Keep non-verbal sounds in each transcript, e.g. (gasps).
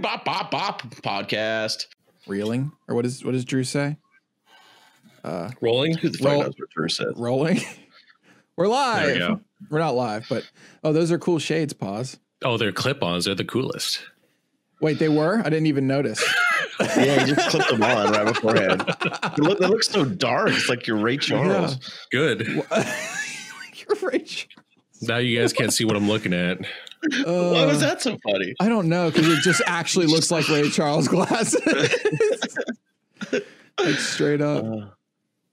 bop bop bop podcast. Reeling or what is what does Drew say? Uh, Rolling. Who the fuck Roll- knows what Drew said? rolling. (laughs) We're There we live. go. We're not live, but oh, those are cool shades. Pause. Oh, their clip-ons are the coolest. Wait, they were. I didn't (laughs) even notice. (laughs) Yeah, you just clipped them on right beforehand. They look, they look so dark. It's like you're Ray Charles. Good. You're rich. Now you guys can't see what I'm looking at. (laughs) Uh, Why was that so funny? I don't know because it just actually looks like Ray Charles glasses. (laughs) like straight up.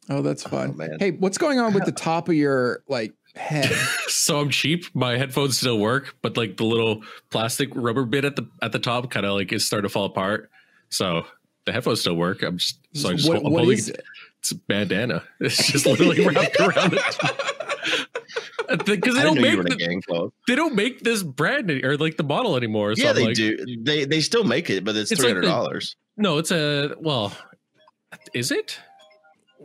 Oh, that's fun. Uh, man. hey, what's going on with the top of your like (laughs) head? So I'm cheap. My headphones still work, but like the little plastic rubber bit at the at the top kind of like is starting to fall apart. So the headphones still work. I'm just so I'm just what I'm Oh, what holding is it? it's a bandana. (laughs) It's just literally wrapped around the (laughs) top. Because they I didn't don't know you make were in a the, gang club. they don't make this brand any- or like the model anymore. So yeah, I'm they like, do. They they still make it, but it's, It's three like the- hundred dollars. No, it's a well. Is it?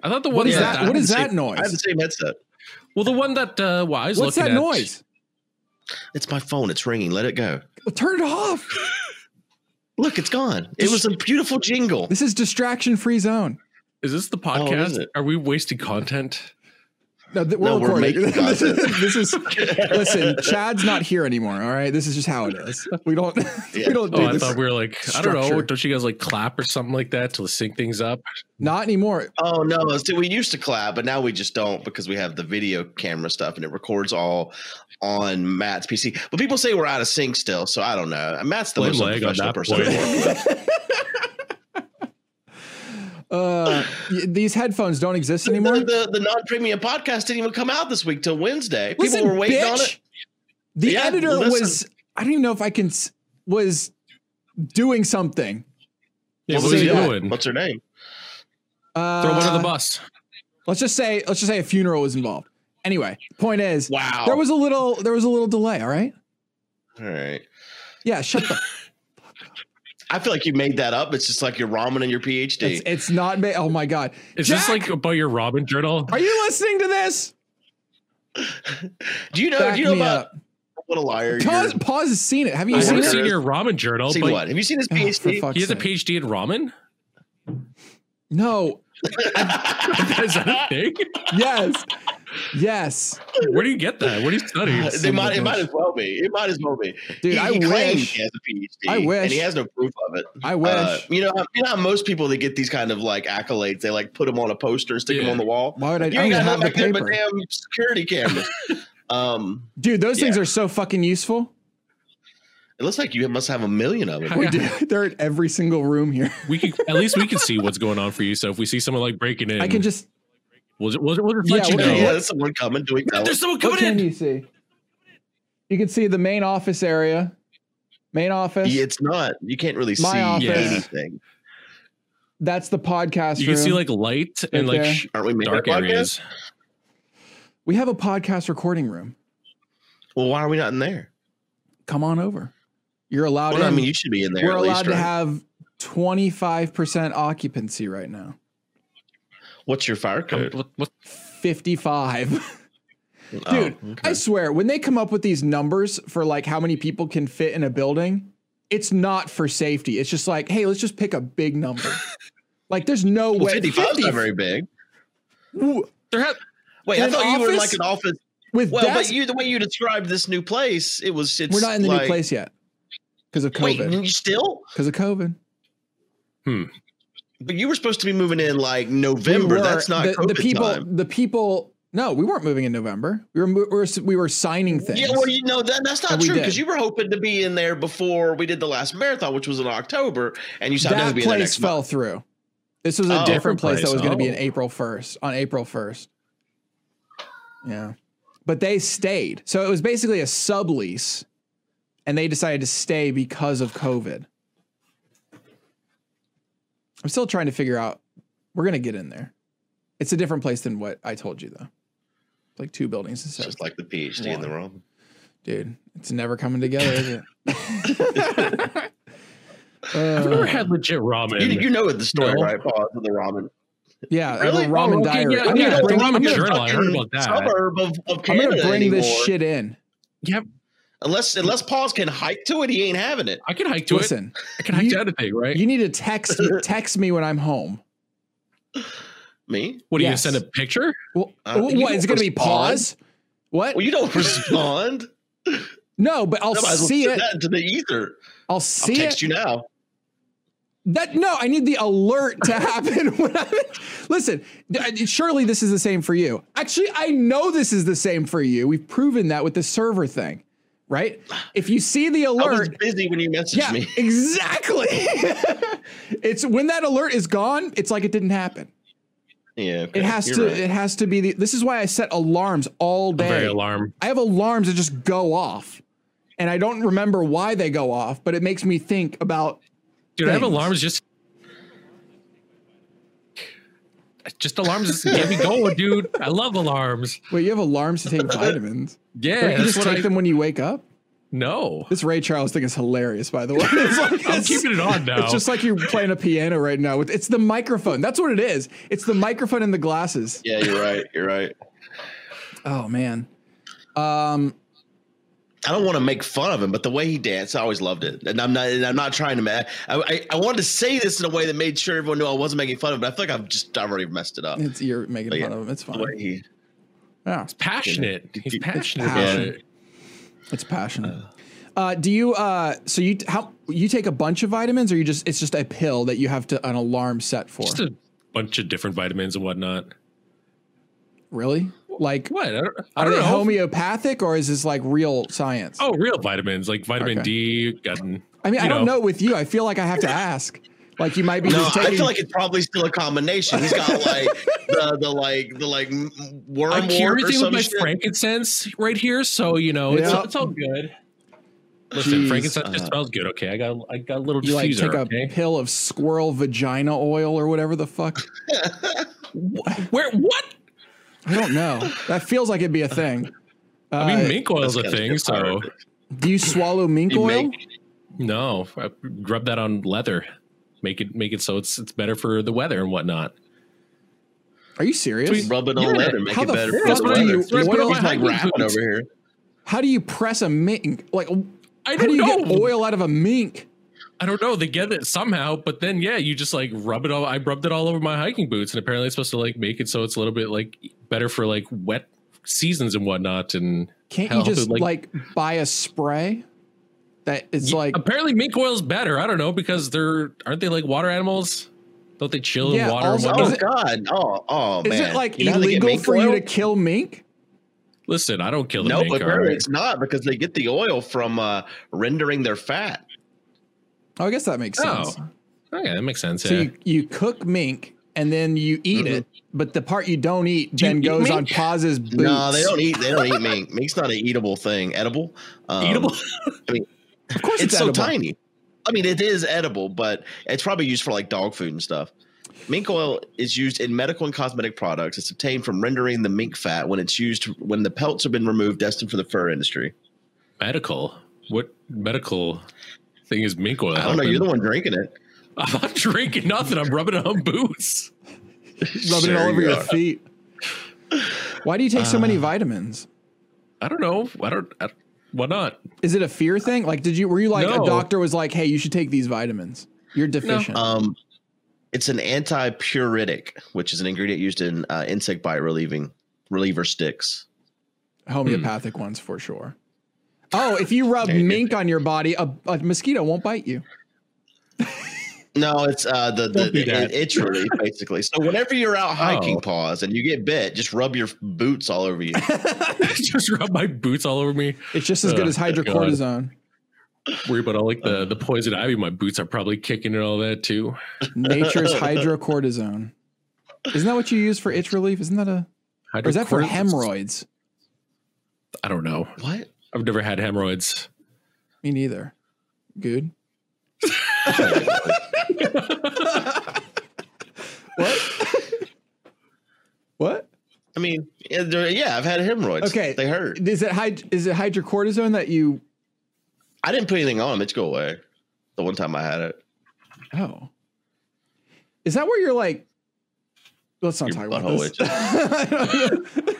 I thought the one What is Yeah, that? I What is haven't that I have the noise? same headset. Well, the one that uh, well, I was What's that looking at- noise? It's my phone. It's ringing. Let it go. Turn it off. Look, it's gone. It was a beautiful jingle. This is distraction free zone. Is this the Oh, is podcast? it? Are we wasting content? No, th- we're No, we're recording. making (laughs) this, is, content. this (laughs) is listen. Chad's not here anymore. All right, this is just how it is. We don't. (laughs) Yeah. We don't do Oh, I this. thought we were like I don't know. structure. Don't you guys like clap or something like that to sync things up? Not anymore. Oh no! See, we used to clap, but now we just don't because we have the video camera stuff, and it records all on Matt's PC. But people say we're out of sync still, so I don't know. Matt's the Blame most lag on unprofessional person. that point. I've (laughs) worked with. Uh, y- these headphones don't exist The, anymore. the, the non-premium podcast didn't even come out this week till Wednesday. People Listen, were waiting on bitch. it. The Yeah, editor listen. was. I don't even know if I can. s- Was doing something. Yeah, What what was are you it? doing? What's her name? Uh, Throw one to the bus. Let's just say. Let's just say a funeral was involved. Anyway, point is, Wow. there was a little. There was a little delay. All right. all right. Yeah. Shut the. I feel like you made that up. It's just like your ramen and your PhD. it's, it's not. Ma- oh my god. Is Jack! this like about your Robin journal? Are you listening to this? do you know? Back do you know me about up. what a liar? you're- Pause, pause has seen it. Haven't I you I want seen to wanna it? see it? your ramen journal, See but what? Have you seen his Oh, for PhD? fuck's he has a sake. PhD in ramen. (laughs) No. Is that a thing? Yes. yes. Where do you get that? What do you study? Uh, son they of might, a it might bitch. as well be. It might as well be. Dude, he, I he claims wish. he has a PhD. I and wish. he has no proof of it. I wish. Uh, you know, how- you know how most people that get these kind of like accolades, they like put them on a poster and stick them Yeah. on the wall. Why would I, I You don't ain't even got nothing have the back there but paper? damn security (laughs) cameras. um, Dude, those things Yeah. are so fucking useful. it looks like you must have a million of them. How- We Oh, Yeah. do- (laughs) They're in every single room here. We can at least we can see what's going on for you. So if we see someone like breaking in, I can just. we'll, we'll, we'll just let Yeah, you what- know. Yeah, there's someone coming. Do we tell There's someone What coming can in. you see? You can see the main office area. Main them? office. Yeah, It's not. You can't really see My office. anything. That's the podcast You can room. see like light and like there. sh- Aren't we making dark a podcast? areas. we have a podcast recording room. Well, why are we not in there? Come on over. You're allowed. Well, I in. mean, you should be in there. We're at allowed least, to right? have 25% occupancy right now. What's your fire Come- Uh, code? what- what- 55. Oh, Dude, okay. (laughs) I swear, when they come up with these numbers for like how many people can fit in a building, it's not for safety. It's just like, hey, let's just pick a big number. (laughs) like, there's no well, way. 55 is 50 not very big. w- There ha- Wait, In I an thought you were in like office? an office. with Well, desks- but you the way you described this new place, it was it's we're not in the like, new place yet because of Wait, COVID. you still? Because of COVID. But you were supposed to be moving in like We November. were- That's not the, COVID the people. time. The people. No, we weren't moving in November. We were mo- we were, s- we were signing things. Yeah, well, you know that that's not And we true did. because you were hoping to be in there before we did the last marathon, which was in October, and you said I'll never that be in there place next fell month. through. This was a Oh, different different place, that place. was going to be Oh. in April 1st, on April 1st. Yeah. But they stayed. So it was basically a sublease and they decided to stay because of COVID. I'm still trying to figure out we're going to get in there. It's a different place than what I told you though. It's like two buildings It's instead. just like the PhD in the room. Dude, it's never coming together, is Uh, it? Uh, (laughs) I've never had legit ramen. You, you know the story, No. right? Pause of the ramen. Yeah, I have Really? a ramen Oh, okay, diary. yeah, I'm, yeah, gonna the bring, ramen I'm, gonna, journal. I heard Fucking about that. Suburb of, of I'm gonna Canada bring this anymore. shit in. Yep. Unless unless Pauls can hike to it, he ain't having it. I can hike to it. Listen, I can hike you- to anything, right? you need to text text me when I'm home. Me? what are yes. you gonna send a picture? Well, Uh, wh- you what don't is it going to be? respond. Pause. What? Well, you don't (laughs) respond. no, but I'll I might as well see send it. that into the ether. I'll I'll see it. text you now. That no, I need the alert to (laughs) happen. when I'm, listen, th- surely this is the same for you. Actually, I know this is the same for you. We've proven that with the server thing, right? If you see the I was alert, busy when you messaged yeah, (laughs) me. (laughs) exactly. (laughs) it's when that alert is gone, it's like it didn't happen. Yeah, okay. It has You're to. right. It has to be the. This is why I set alarms all I'm very day. alarm. I have alarms that just go off, and I don't remember why they go off, but it makes me think about Dude, I have things. alarms just just alarms just get me going, dude. I love alarms. Wait, you have alarms to (laughs) take vitamins? Yeah, Don't you that's just what take I them when you wake up? no. This Ray Charles thing is hilarious, by the way. (laughs) It's like I'm it's- keeping it on now. It's just like you're playing a piano right now. with- It's the microphone. That's what it is. It's the microphone and the glasses. yeah, you're right. You're right. Oh man. Um. I don't want to make fun of him, but the way he danced, I always loved it. And I'm not, and I'm not trying to. ma- I, I, I wanted to say this in a way that made sure everyone knew I wasn't making fun of him. But I feel like I've just I've already messed it up. It's you're making But fun yeah, of him. It's The fine. way he, Yeah. passionate. He's It's passionate about passion. it. It's passionate. Uh, do you? Uh. So you how you take a bunch of vitamins, or you just it's just a pill that you have to an alarm set for? Just a bunch of different vitamins and whatnot. really? Like What? I don't, I are don't they know. homeopathic, or is this like real science? oh, real vitamins like vitamin Okay. D. Gotten, I mean, I you don't know. with you. I feel like I have to ask. Like you might be no, just taking. I feel like it's probably still a combination. He's got (laughs) like the, the like the like m- worm I cure wart or everything with some my shit. frankincense right here, so you know it's, Yeah. it's all good. Listen, Jeez, frankincense just uh, smells good. Okay, I got I got a little you like diffuser. take a okay, pill of squirrel vagina oil or whatever the fuck. where what? I don't know. That feels like it'd be a thing. Uh, I mean, mink oil's a That's kinda thing, so different. do you swallow mink You oil? make- no, I rub that on leather, make it make it so it's it's better for the weather and whatnot. Are you serious? Rub it on Yeah. leather, make How it the better fuck for the do weather. you- He's Let's put it on like my hiking rapping boots. over here. How do you press a mink? Like, how I do don't you know. get oil out of a mink? I don't know. They get it somehow, but then yeah, you just like rub it all. I rubbed it all over my hiking boots, and apparently it's supposed to like make it so it's a little bit like better for like wet seasons and whatnot. And Can't Hell, you just like- like, buy a spray that is Yeah, like? apparently mink oil's better. I don't know because they're aren't they like water animals? Don't they chill Yeah, in water? also- and Oh whatnot? Is it- God! Oh, oh Is man! it like You know how they get illegal mink for you oil? to kill mink? Listen, I don't kill the No, mink. but all no, right? it's not because they get the oil from uh, rendering their fat. Oh, I guess that makes Oh, sense. Okay, that makes sense. So yeah. you, you cook mink and then you eat it, but the part you don't eat Do you then eat goes on mink? Paz's boots. No, Mm-hmm. they don't eat. They don't eat (laughs) mink. Mink's not an eatable thing. Edible. Um, Eatable. Of course, It's, it's, so edible. tiny. I mean, it is edible, but it's probably used for like dog food and stuff. Mink oil is used in medical and cosmetic products. It's obtained from rendering the mink fat when it's used when the pelts have been removed, destined for the fur industry. medical. What medical thing is mink oil? I don't know. You're the one drinking it. (laughs) I'm not drinking nothing. I'm rubbing it on boots. Rubbing it all Sure over you your are. Uh. feet. Why do you take so many vitamins? I don't know. I don't. I, why not? (laughs) Is it a fear thing? Like, did you were you like No. a doctor was like, "Hey, you should take these vitamins. You're deficient." (laughs) Um, it's an anti-puritic, which is an ingredient used in uh, insect bite relieving reliever sticks. Homeopathic ones for sure. Oh, if you rub There you go. mink on your body, a, a mosquito won't bite you. No, it's uh the the, Don't do the that. it, itch (laughs) relief basically. So whenever you're out hiking, Oh. pause and you get bit, just rub your boots all over (laughs) you. just rub my boots all over me. It's just as Ugh, good as God. hydrocortisone. Worry about all like the the poison ivy. My boots are probably kicking and all that too. Nature's hydrocortisone. Isn't that what you use for itch relief? Isn't that a or is that for Hydrocortis- hemorrhoids? I don't know. what? (laughs) I've never had hemorrhoids. Me neither. Good. what? (laughs) what? I mean, yeah, they're- yeah, I've had hemorrhoids. Okay. they hurt. Is it hyd- is it hydrocortisone that you I didn't put anything on them. It's go away. The one time I had it, oh. Is that where you're like let's not Your talk about butthole this. I (laughs) don't know.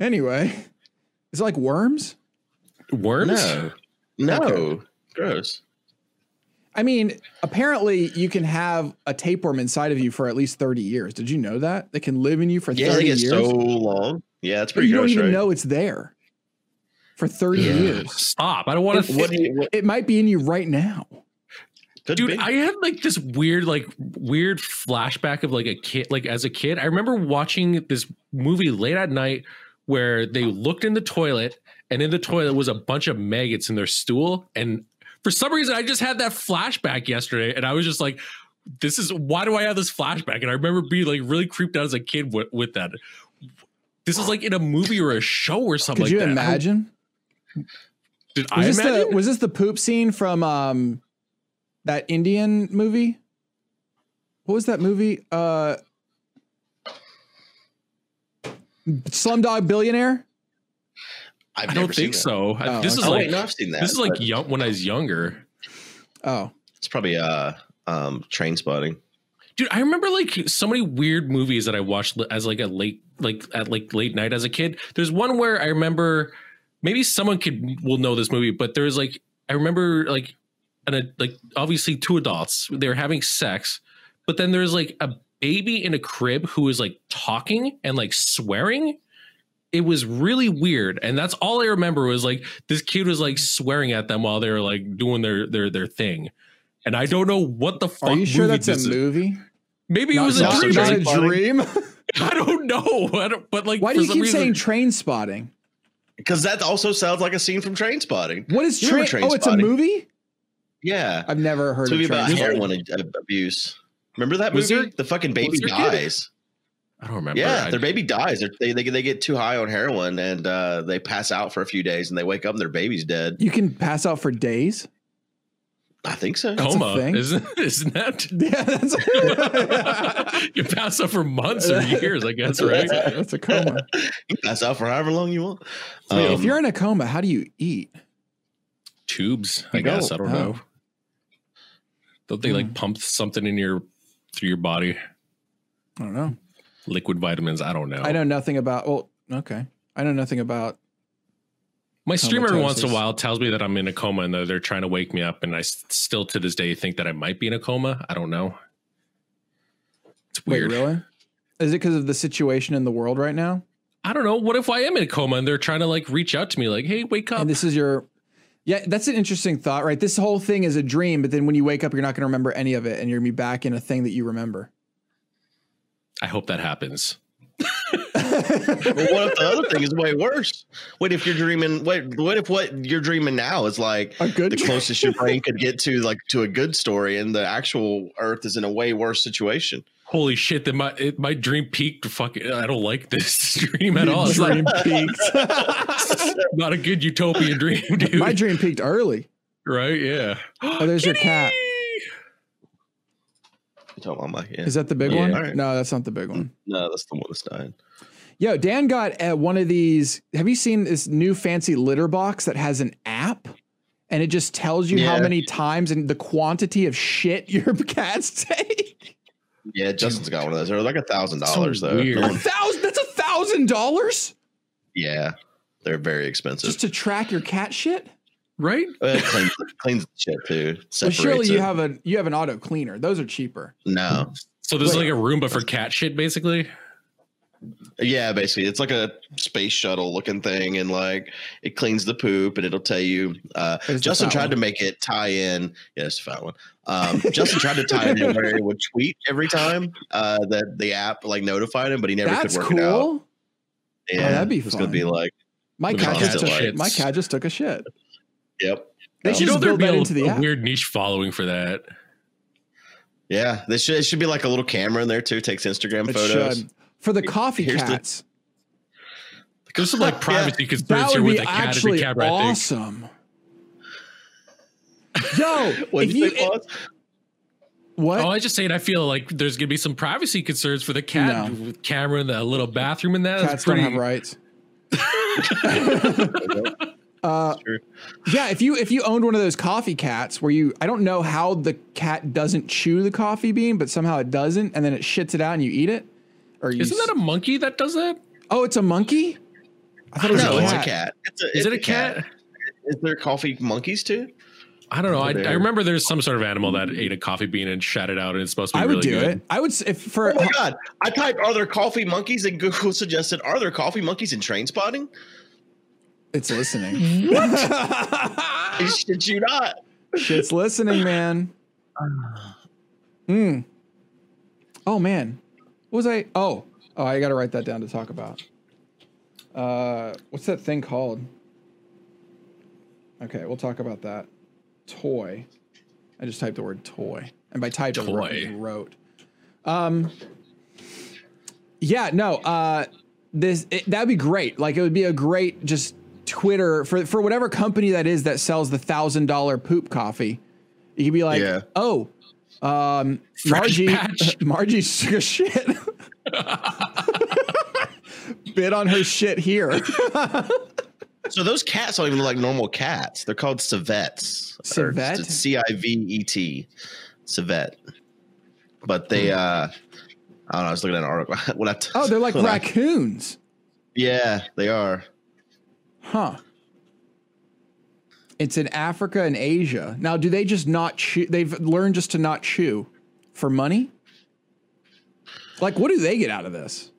anyway. Is it like worms? Worms? No, no, gross. I mean, apparently you can have a tapeworm inside of you for at least 30 years. Did you know that? They can live in you for Yeah, I 30 think it's years. so long. Yeah, it's but pretty you don't gross, even right? know it's there for 30 Yeah. years. Stop. Ah, I don't want to. What do you? What It might be in you right now. could Dude, be? I had like this weird, like weird flashback of like a kid, like as a kid. I remember watching this movie late at night where they looked in the toilet, and in the toilet was a bunch of maggots in their stool. And for some reason, I just had that flashback yesterday, and I was just like, "This is why do I have this flashback?" And I remember being like really creeped out as a kid with, with that. This is like in a movie or a show or something. Could like you that. I don't- imagine? Did I Was this, imagine? the, was this the poop scene from um, that Indian movie? What was that movie? Uh, Slumdog Billionaire? I've I never don't seen think that. so. Oh, this okay. is Oh like wait, no, I've seen that. this is like but young when I was younger. Oh, it's probably uh um train spotting. dude i remember like so many weird movies that i watched li- as like a late like at like late night as a kid there's one where i remember maybe someone could will know this movie but there's like i remember like and a, like obviously two adults they were having sex but then there's like a baby in a crib who is like talking and like swearing it was really weird and that's all i remember was like this kid was like swearing at them while they were like doing their their their thing and i don't know what the fuck are you sure movie that's a this is. movie? Maybe it was a not- dream. not I a- (laughs) dream. don't know. I don't, but like, Why do for you some keep reason- saying train spotting? Because that also sounds like a scene from Train Spotting. What is You remember train? Train Oh, it's a Spotting? movie. Yeah, I've never heard it's a movie of train about spotting. heroin ad- abuse. Remember that Was movie? there- the fucking was baby there a kid? dies. I don't remember. Yeah, I- their baby dies. They're, they they get- they get too high on heroin and uh, they pass out for a few days and they wake up and their baby's dead. You can pass out for days. (laughs) I think so. That's a coma thing? isn't (laughs) isn't that? Yeah, that's you pass up for months or years, I guess, right? (laughs) That's a, that's a coma. You pass out for however long you want. Wait, if Um, you're in a coma, how do you eat? Tubes, I You guess. I don't Oh. know. Don't they Hmm. like pump something in your through your body? I don't know. Liquid vitamins. I don't know. I know nothing about. Well, okay. I know nothing about. My streamer every once in Comatosis. a while tells me that I'm in a coma and that they're trying to wake me up, and I s- still to this day think that I might be in a coma. I don't know. It's weird. Wait, really? Is it because of the situation in the world right now? I don't know. What if I am in a coma and they're trying to like reach out to me, like, "Hey, wake up"? And this is your. Yeah, that's an interesting thought, right? This whole thing is a dream, but then when you wake up, you're not going to remember any of it, and you're going to be back in a thing that you remember. (laughs) I hope that happens. But what if the other thing is way worse? What if you're dreaming? What what if what you're dreaming now is like A good the dream. closest your brain could get to like to a good story, and the actual Earth is in a way worse situation? Holy shit! That my it, my dream peaked. Fuck it, I don't like this (laughs) dream at all. It's dream like, (laughs) peaked. not a good utopian dream, dude. (laughs) My dream peaked early. right? Yeah. Oh, there's your (gasps) cat. You talking about my- yeah. Is that the big Yeah. one? All right. No, that's not the big one. no, that's the one that's dying. Yo, Dan got uh, one of these. Have you seen this new fancy litter box that has an app? And it just tells you how Yeah. many times and the quantity of shit (laughs) your cats take. Yeah, Justin's got one of those. They're like a thousand dollars though. weird. No A one- thousand. That's a thousand dollars yeah, they're very expensive. just to track your cat shit. Right? Well, it cleans, cleans the shit too. Well, Separates surely you it. have a you have an auto cleaner. Those are cheaper. no. So this is Wait. like a Roomba for cat shit, basically. Yeah, basically, it's like a space shuttle looking thing, and like it cleans the poop, and it'll tell you. Uh, There's the Justin fat tried one. to make it tie in. Yes, fat one. Um, Justin tried to tie it in where it would tweet every time uh, that the app like notified him, but he never That's could work it out. cool. Oh, Yeah, that'd be it's gonna fun. be like, My The cat cats just took are a, shits. my cat just took a shit. yep, Um, They You should You know just build there'd be that a, into the a app. weird niche following for that. yeah. This should it should be like a little camera in there too. Takes Instagram It photos. should. For the coffee Here's the- cats, (laughs) There's some like Yeah. privacy that conspiracy would with be the cat and actually the camera. I think. (laughs) awesome. Yo, What'd if you you, say, (laughs) Claus? what? Oh, I just saying I feel like there's gonna be some privacy concerns for the cat No. with camera in the little bathroom and that. cats That's pretty don't have rights. uh, Sure. yeah, if you if you owned one of those coffee cats where you I don't know how the cat doesn't chew the coffee bean, but somehow it doesn't, and then it shits it out and you eat it. Or you Isn't s- that a monkey that does that? oh, it's a monkey? I thought it was No, a it's cat. a cat. It's a, Is it a cat? Is there coffee monkeys too? I don't know. I, There. I remember there's some sort of animal that ate a coffee bean and shat it out, and it's supposed to be I would really do good. it. I would s- if for Oh my god! I typed "Are there coffee monkeys?" and Google suggested "Are there coffee monkeys in Train Spotting?" it's listening. (laughs) (gasps) Did you not? Shit's listening, man. Mm. Oh man, what was I? Oh, oh, I gotta write that down to talk about. Uh, what's that thing called? Okay, we'll talk about that. Toy. I just typed the word toy, and by typed I wrote- Toy. wrote. Um. Yeah. No. Uh this it, that'd be great. Like it would be a great just Twitter for for whatever company that is that sells the thousand dollar poop coffee. You could be like, Yeah. oh, um, Fresh Margie, batch. (laughs) Margie took a shit. (laughs) Bit on her shit here. So those cats don't even look like normal cats. They're called civets. Or Civet? it's C I V E T, civet. But they, uh, I don't know. I was looking at an article. (laughs) when I Hmm. Oh, they're like when I- raccoons, yeah, they are. huh? It's in Africa and Asia. Now, do they just not chew? They've learned just to not chew for money. Like, what do they get out of this?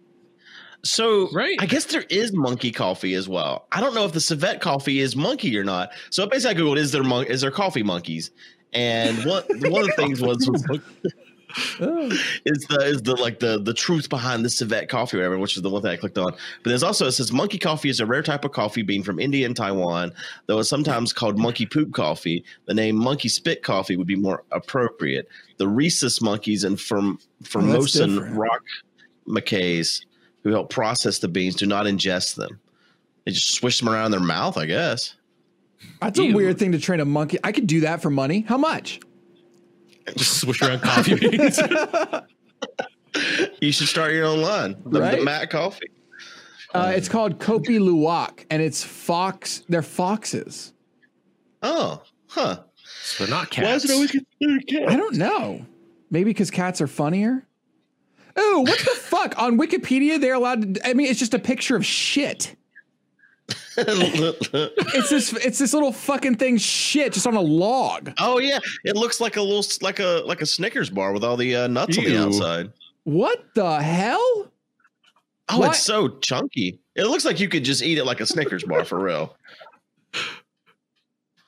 So Right. I guess there is monkey coffee as well. I don't know if the civet coffee is monkey or not. So basically, I googled is there mon- is there coffee monkeys, and one one of the things was, was is the is the like the the truth behind the civet coffee or whatever, which is the one thing I clicked on. But there's also it says monkey coffee is a rare type of coffee bean from India and Taiwan, though it's sometimes called monkey poop coffee. The name monkey spit coffee would be more appropriate. The rhesus monkeys and from Formosan different. rock macays who help process the beans do not ingest them. They just swish them around in their mouth, I guess. That's a Ew. weird thing to train a monkey. I could do that for money. How much? (laughs) Just swish around (laughs) coffee beans. You should start your own line, the, Right. the Matt Coffee. Uh, it's called Kopi Luwak, and it's fox. They're foxes. Oh, huh. so they're not cats. Why is it always considered a cat? I don't know. Maybe because cats are funnier. Oh, what the fuck? On Wikipedia, they're allowed to. I mean, it's just a picture of shit. (laughs) (laughs) It's this. It's this little fucking thing, shit, just on a log. Oh yeah, it looks like a little like a like a Snickers bar with all the uh, nuts on Ew. the outside. What the hell? Oh, What? it's so chunky. It looks like you could just eat it like a Snickers bar for real.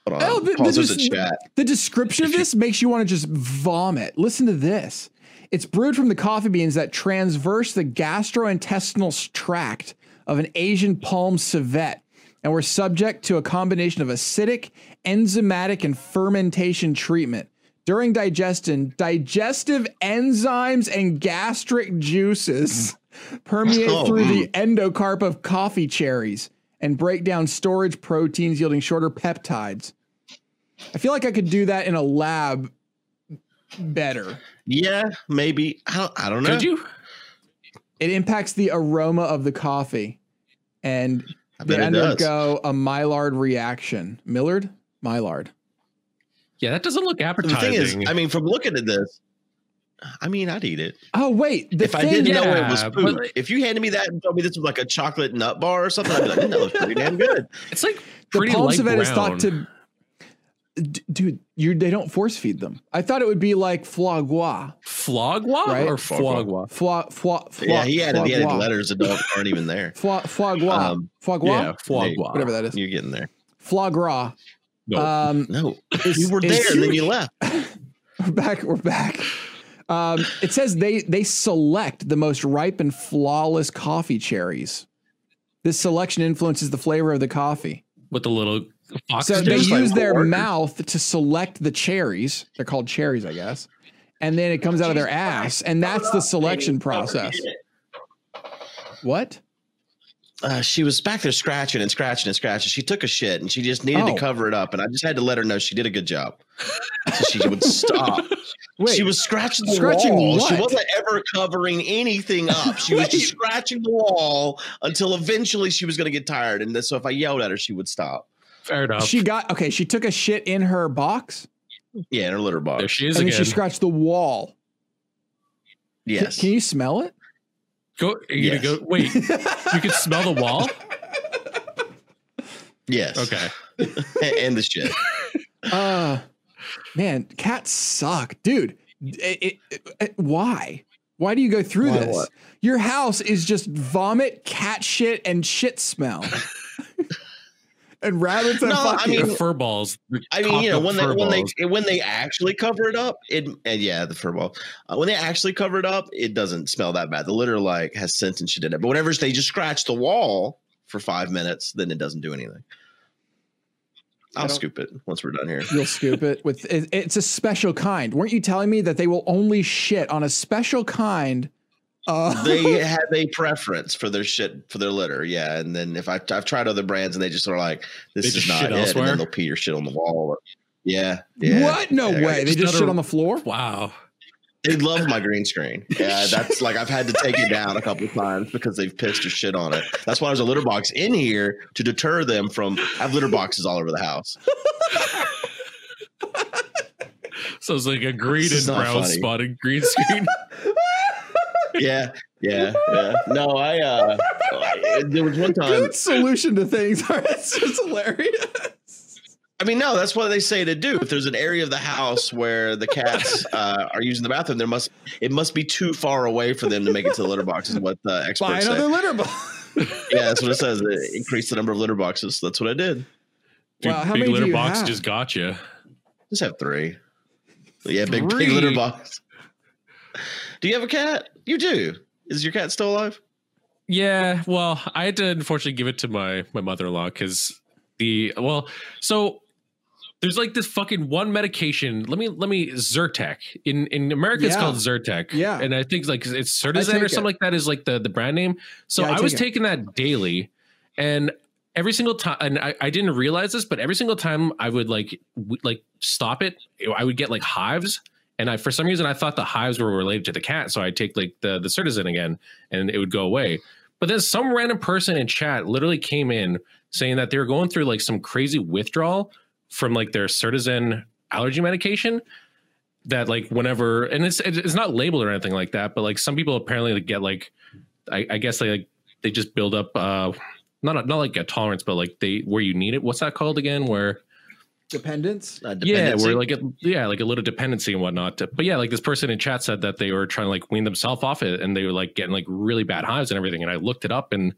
Hold on. Oh, the, the, Pause there's a des- chat. the description of this makes you want to just vomit. Listen to this. It's brewed from the coffee beans that transverse the gastrointestinal s- tract of an Asian palm civet and were subject to a combination of acidic, enzymatic, and fermentation treatment. During digestion, digestive enzymes and gastric juices permeate Oh, through mm. the endocarp of coffee cherries and break down storage proteins yielding shorter peptides. I feel like I could do that in a lab better. Yeah, maybe. I don't, I don't know. Could you? It impacts the aroma of the coffee and I they bet it does. undergo a Maillard reaction. Millard? Maillard. Yeah, that doesn't look The appetizing. thing is, I mean, from looking at this, I mean, I'd eat it Oh, wait. The if I thing, didn't know it Yeah, was but poop. like- if you handed me that and told me this was like a chocolate nut bar or something, I'd be like, that looks pretty damn good. it's like the pretty palm light civet brown. is thought to. D- dude, you they don't force feed them. I thought it would be like foie gras. Foie gras Right? or foie gras. Foie, foie, foie yeah, he added foie he added gras. letters that don't, aren't even there. Foie, foie gras. Um, foie gras? Yeah, foie Hey, gras. Whatever that is. You're getting there. Foie gras. No. Um, (laughs) No, is- you were is- there and then you left. We're (laughs) back. We're back. Um, it says they they select the most ripe and flawless coffee cherries. This selection influences the flavor of the coffee. with the little fox. So they tail. like use their water. mouth to select the cherries. They're called cherries, I guess. And then it comes out of their ass, and that's the selection process. What? Uh, she was back there scratching and scratching and scratching. She took a shit and she just needed Oh. to cover it up. And I just had to let her know she did a good job. So she would stop. (laughs) Wait, she was scratching the Scratching wall. She what? wasn't ever covering anything up. She was (laughs) just scratching the wall until eventually she was going to get tired. And then- so if I yelled at her, she would stop. Fair enough. she got okay. She took a shit in her box, Yeah, in her litter box. there she is and then again. she scratched the wall. Can- yes. Can you (laughs) smell it? go, are you Yes. (laughs) gonna go? Wait, you can smell the wall. yes. Okay, and the shit. Uh, man, cats suck, dude. It- it- it- why? Why do you go through Why this? what? Your house is just vomit, cat shit, and shit (laughs) smell, and rabbits and No, fuck I you. mean, (laughs) The fur balls. the I mean, you know, when cocked up they fur when balls. they when they actually cover it up, it and yeah, the furball. Uh, when they actually cover it up, it doesn't smell that bad. The litter like has scent and shit in it. But whenever they just scratch the wall for five minutes, then it doesn't do anything. I I'll don't- scoop it once we're done here. You'll scoop it with it, it's a special kind. Weren't you telling me that they will only shit on a special kind? Uh, (laughs) they have a preference for their shit for their litter, yeah. And then if I, I've tried other brands and they just are like, this They is just not shit it, elsewhere? and then they'll pee your shit on the wall. Yeah, yeah. what? No Yeah, I got way. They Just just not shit a- on (laughs) the floor. Wow. They love my green screen. Yeah, that's like I've had to take it down a couple of times because they've pissed or shit on it. That's why there's a litter box in here to deter them from. I have litter boxes all over the house. So it's like a green This and is not brown funny. spotted green screen. Yeah, yeah, yeah. No, I. uh There was one time. Good solution to things. (laughs) it's just hilarious. I mean, no, that's what they say to do. If there's an area of the house where the cats uh, are using the bathroom, there must it must be too far away for them to make it to the litter box. Is what the Buy experts another say. litter box. Yeah, that's what it says. It increased the number of litter boxes. That's what I did. Dude, Wow, how big many do litter you box have? just got you. Just have three. Yeah, big big Three? litter box. Do you have a cat? You do. Is your cat still alive? Yeah, well, I had to unfortunately give it to my my mother in law because the well, so there's like this fucking one medication. Let me let me Zyrtec in in America it's Yeah. called Zyrtec. Yeah. and I think like it's I take Cerdizan or something it. like that is like the the brand name. So Yeah, I I, was take it. taking that daily, and every single time, and I, I didn't realize this, but every single time I would like w- like stop it, I would get like hives. And I, for some reason, I thought the hives were related to the cat, so I would take like the the Cerdizan again, and it would go away. But then some random person in chat literally came in saying that they were going through like some crazy withdrawal from like their Cerdizan allergy medication. That like whenever and it's it's not labeled or anything like that, but like some people apparently get like I, I guess they like they just build up uh not not like a tolerance, but like they where you need it. What's that called again? Where (laughs) Dependence. Uh, yeah, dependency? we're like a, yeah, like a little dependency and whatnot. But yeah, like this person in chat said that they were trying to like wean themselves off it, and they were like getting like really bad hives and everything. And I looked it up, and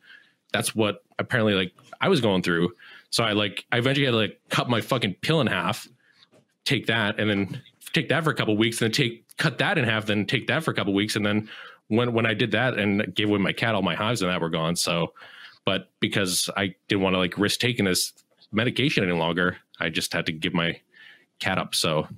that's what apparently like I was going through. So I like I eventually had to like cut my fucking pill in half, take that, and then take that for a couple weeks, and then take cut that in half, then take that for a couple weeks, and then when when I did that and gave away my cat, all my hives and that were gone. So, but because I didn't want to like risk taking this medication any longer, I just had to give my cat up. So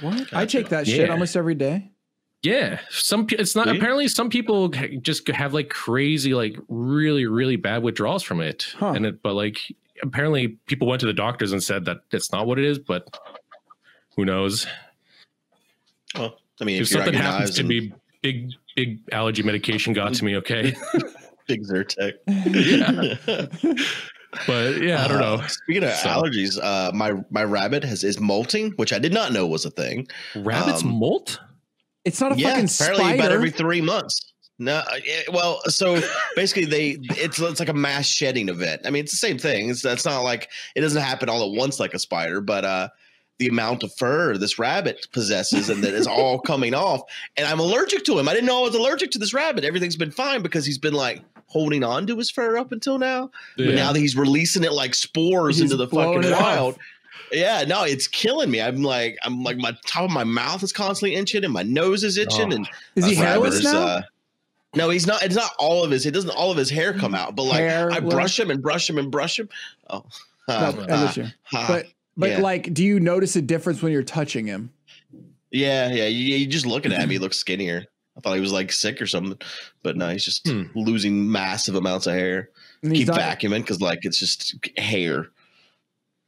What? I take that shit Yeah. almost every day. (laughs) yeah, some pe- it's not Do you? apparently some people ha- just have like crazy, like really, really bad withdrawals from it. Huh. And it, but like apparently people went to the doctors and said that that's not what it is, but who knows? Well, I mean, If if, you're something out happens happens to me, big, big allergy medication got to me. Okay. (laughs) big (laughs) Zyrtec. but yeah, I don't know. Uh, speaking of So- allergies, uh, my my rabbit has is molting, which I did not know was a thing. Uh, Rabbits um, molt? It's not a yeah, fucking apparently about spider. every three months. No, uh, yeah, well, so basically they it's it's like a mass shedding event. I mean, it's the same thing. It's that's not like it doesn't happen all at once like a spider, but uh the amount of fur this rabbit possesses and that (laughs) is all coming off. And I'm allergic to him. I didn't know I was allergic to this rabbit. Everything's been fine because he's been like holding on to his fur up until now. But now that he's releasing it like spores He's into the blowing fucking it off. wild. Yeah, no, it's killing me. I'm like, I'm like, my top of my mouth is constantly itching, and my nose is itching, Oh. and Is he uh, Robert's, hairless now? uh, no, he's not. It's not all of his. It doesn't all of his hair come out, but like I Hairless. brush him and brush him and brush him. Oh, No, uh, (laughs) I'm uh, with you. uh, But but yeah. like, do you notice a difference when you're touching him? yeah, yeah. You, you just looking at him, (clears throat) he looks skinnier. I thought he was like sick or something, but no, he's just Hmm. losing massive amounts of hair. And he's Keep not- vacuuming because like it's just (laughs) hair. (laughs)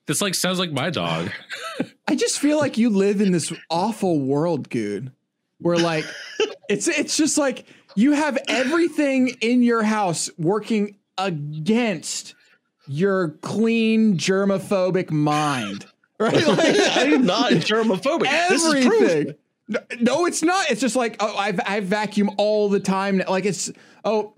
This like sounds like my dog. I just feel like you live in this awful world, dude. (laughs) Where like, it's it's just like you have everything in your house working against your clean germophobic mind, (laughs) (laughs) right? I Like, am not germophobic. This is proof. everything. No, no, it's not. It's just like oh, I I vacuum all the time. Like it's oh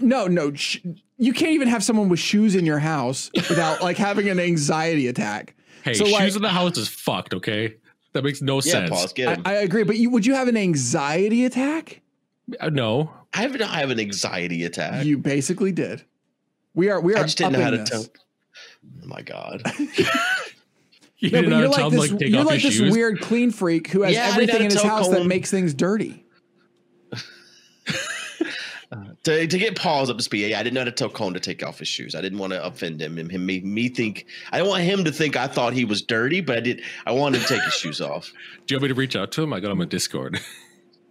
no no sh- you can't even have someone with shoes in your house without like having an anxiety attack. Hey, So, shoes like- in the house is fucked. Okay, that makes no Yeah, sense. pause. Get I, him. I, I agree, but you would you have an anxiety attack? Uh, no, have, I have an anxiety attack. You basically did. We are we are. I just didn't know how to upping tell. this. Oh my god! (laughs) No, you did but not you're tell like him this, like take you're off like your this shoes. weird clean freak who has Yeah, I know everything in his how to house tell that Colin. makes things (laughs) dirty. to, to get Paul's up to speed, I didn't know how to tell Cone to take off his shoes. I didn't want to offend him and him make me think. I don't want him to think I thought he was dirty, but I did. I wanted him to take his (laughs) shoes off. Do you want me to reach out to him? I got him on Discord. (laughs)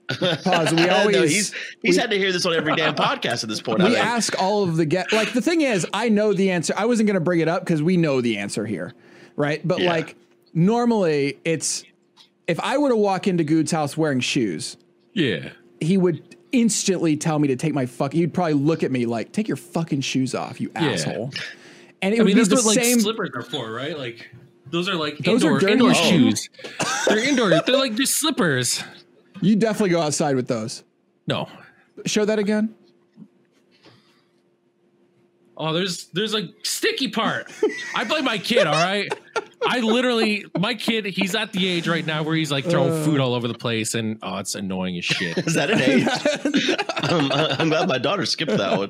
Pause. We No, always he's he's we- had to hear this on every damn podcast at this point. I we think. ask all of the get like the thing is i know the answer i wasn't going to bring it up because we know the answer here right but Yeah. like normally it's if i were to walk into good's house wearing shoes yeah, he would instantly tell me to take my fuck he'd probably look at me like take your fucking shoes off you asshole and it I would mean be that's the what like same slippers are for, right? Like those are like Those are indoor dirty indoor shoes. shoes. they're indoor. They're like just slippers. you definitely go outside with those No. show that again (laughs) Oh, there's there's a sticky part. I play my kid, all right? I literally my kid, he's at the age right now where he's like throwing Uh. food all over the place and oh it's annoying as shit. Is that an (laughs) age? um, I- I'm glad my daughter skipped that one.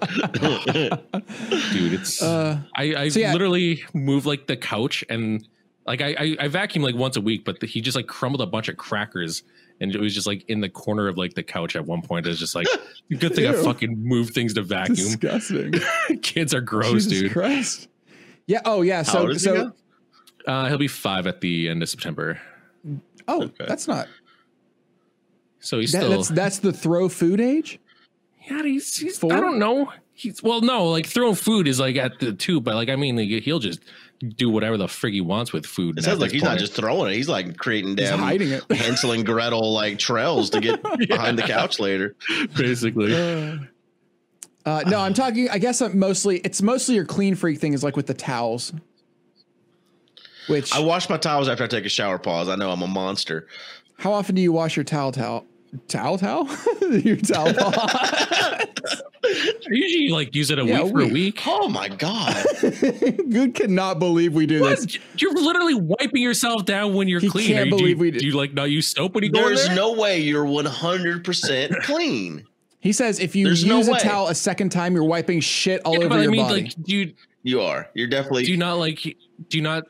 Dude, it's I, I Uh, so yeah. literally move like the couch and like I, I I vacuum like once a week, but he just like crumbled a bunch of crackers and it was just like in the corner of like the couch at one point. It was (laughs) just like good thing I Ew. fucking moved things to (laughs) vacuum. disgusting Kids are gross, jesus dude. christ yeah oh yeah How so old is he so now? Uh, he'll be five at the end of September. oh Okay. that's not So he's that, still that's that's the throw food age Yeah, he's, he's Four? I don't know. He's well, no, like throwing food is like at the two, but like I mean, like, he'll just do whatever the frig he wants with food. It at sounds like this he's not point. just throwing it. He's like creating He's damn hiding (laughs) it. Hansel and Gretel like trails to (laughs) get behind the couch later. basically. Uh, no, I'm talking. I guess I'm mostly it's mostly your clean freak thing is like with the towels, which I wash my towels after I take a shower. Pause. I know I'm a monster. how often do you wash your towel towel towel towel (laughs) your towel? towel? I usually like use it a Yeah, week a for a week. week. Oh my god! Good cannot believe we do What? this. You're literally wiping yourself down when you're He clean. can't Are you- do believe you, we did- Do you like not use soap when (laughs) you go in There's there? no way you're 100 percent clean. He says if you There's use no a way. towel a second time, you're wiping shit all Yeah, over but I your mean, body. like, do you You are. You're do you definitely. not like do you not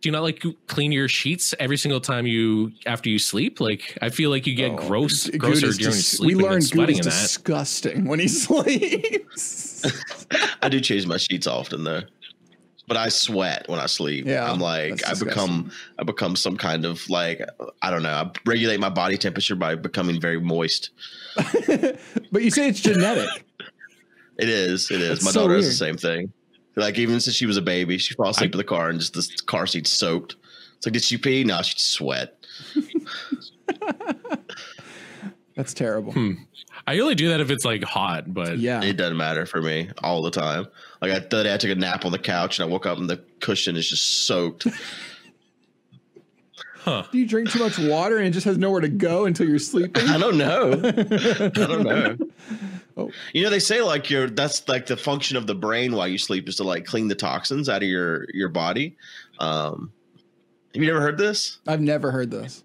do you not like clean your sheets every single time you after you sleep? Like, I feel like you get gross, Good grosser Oh, is during your dis- sleep. we and then learned good sweating is and that. disgusting when he sleeps. I do change my sheets often though, but I sweat when I sleep. Yeah, I'm like that's I become I become some kind of like I don't know. I regulate my body temperature by becoming very moist. (laughs) but you say it's genetic. It is. It is. That's My so daughter does weird. the same thing. Like even since she was a baby, she falls asleep in the car and just the car seat soaked. It's like, did she pee? No, she just sweat. That's terrible. I only do that if it's like hot, but Yeah. It doesn't matter for me all the time. Like I, the other day, I took a nap on the couch and I woke up and the cushion is just soaked. Do you drink too much water and it just has nowhere to go until you're (laughs) sleeping? I don't know. (laughs) I don't (laughs) know. Oh. You know, they say like your that's like the function of the brain while you sleep is to like clean the toxins out of your your body. Um, have you never heard this? (laughs) I've never heard this.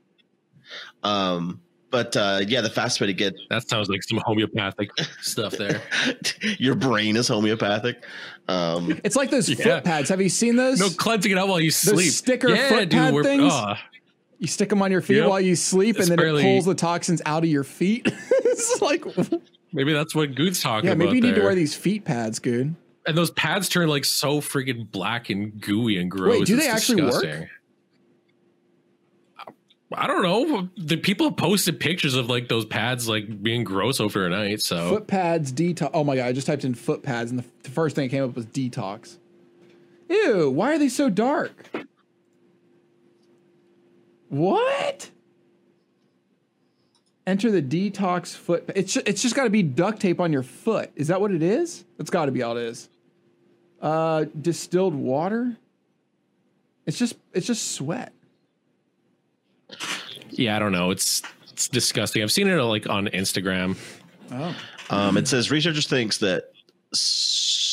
Um, but uh, yeah, the fast way to get (laughs) that sounds like some homeopathic stuff (laughs) there. your brain is homeopathic. Um, It's like those Yeah. foot pads. Have you seen those? No cleansing it out while you sleep. sticker foot pad we're- things? ah. You stick them on your feet Yep. while you sleep, It's and then barely- it pulls the toxins out of your feet. (laughs) it's like, maybe that's what Good's talking yeah, about. maybe you need to there. wear these feet pads, good. And those pads turn like so freaking black and gooey and gross. do It's they actually work? disgusting. I don't know. The people posted pictures of like those pads like being gross overnight. Oh. So Foot pads detox. Oh my god, I just typed in foot pads, and the, the first thing that came up was detox. Ew, why are they so dark? What? Enter the detox foot. It's ju- it's just got to be duct tape on your foot. Is that what it is? That's got to be all it is. Uh, distilled water. It's just it's just sweat. yeah, I don't know. It's it's disgusting. I've seen it like on Instagram. Oh, um, it says researchers thinks that s-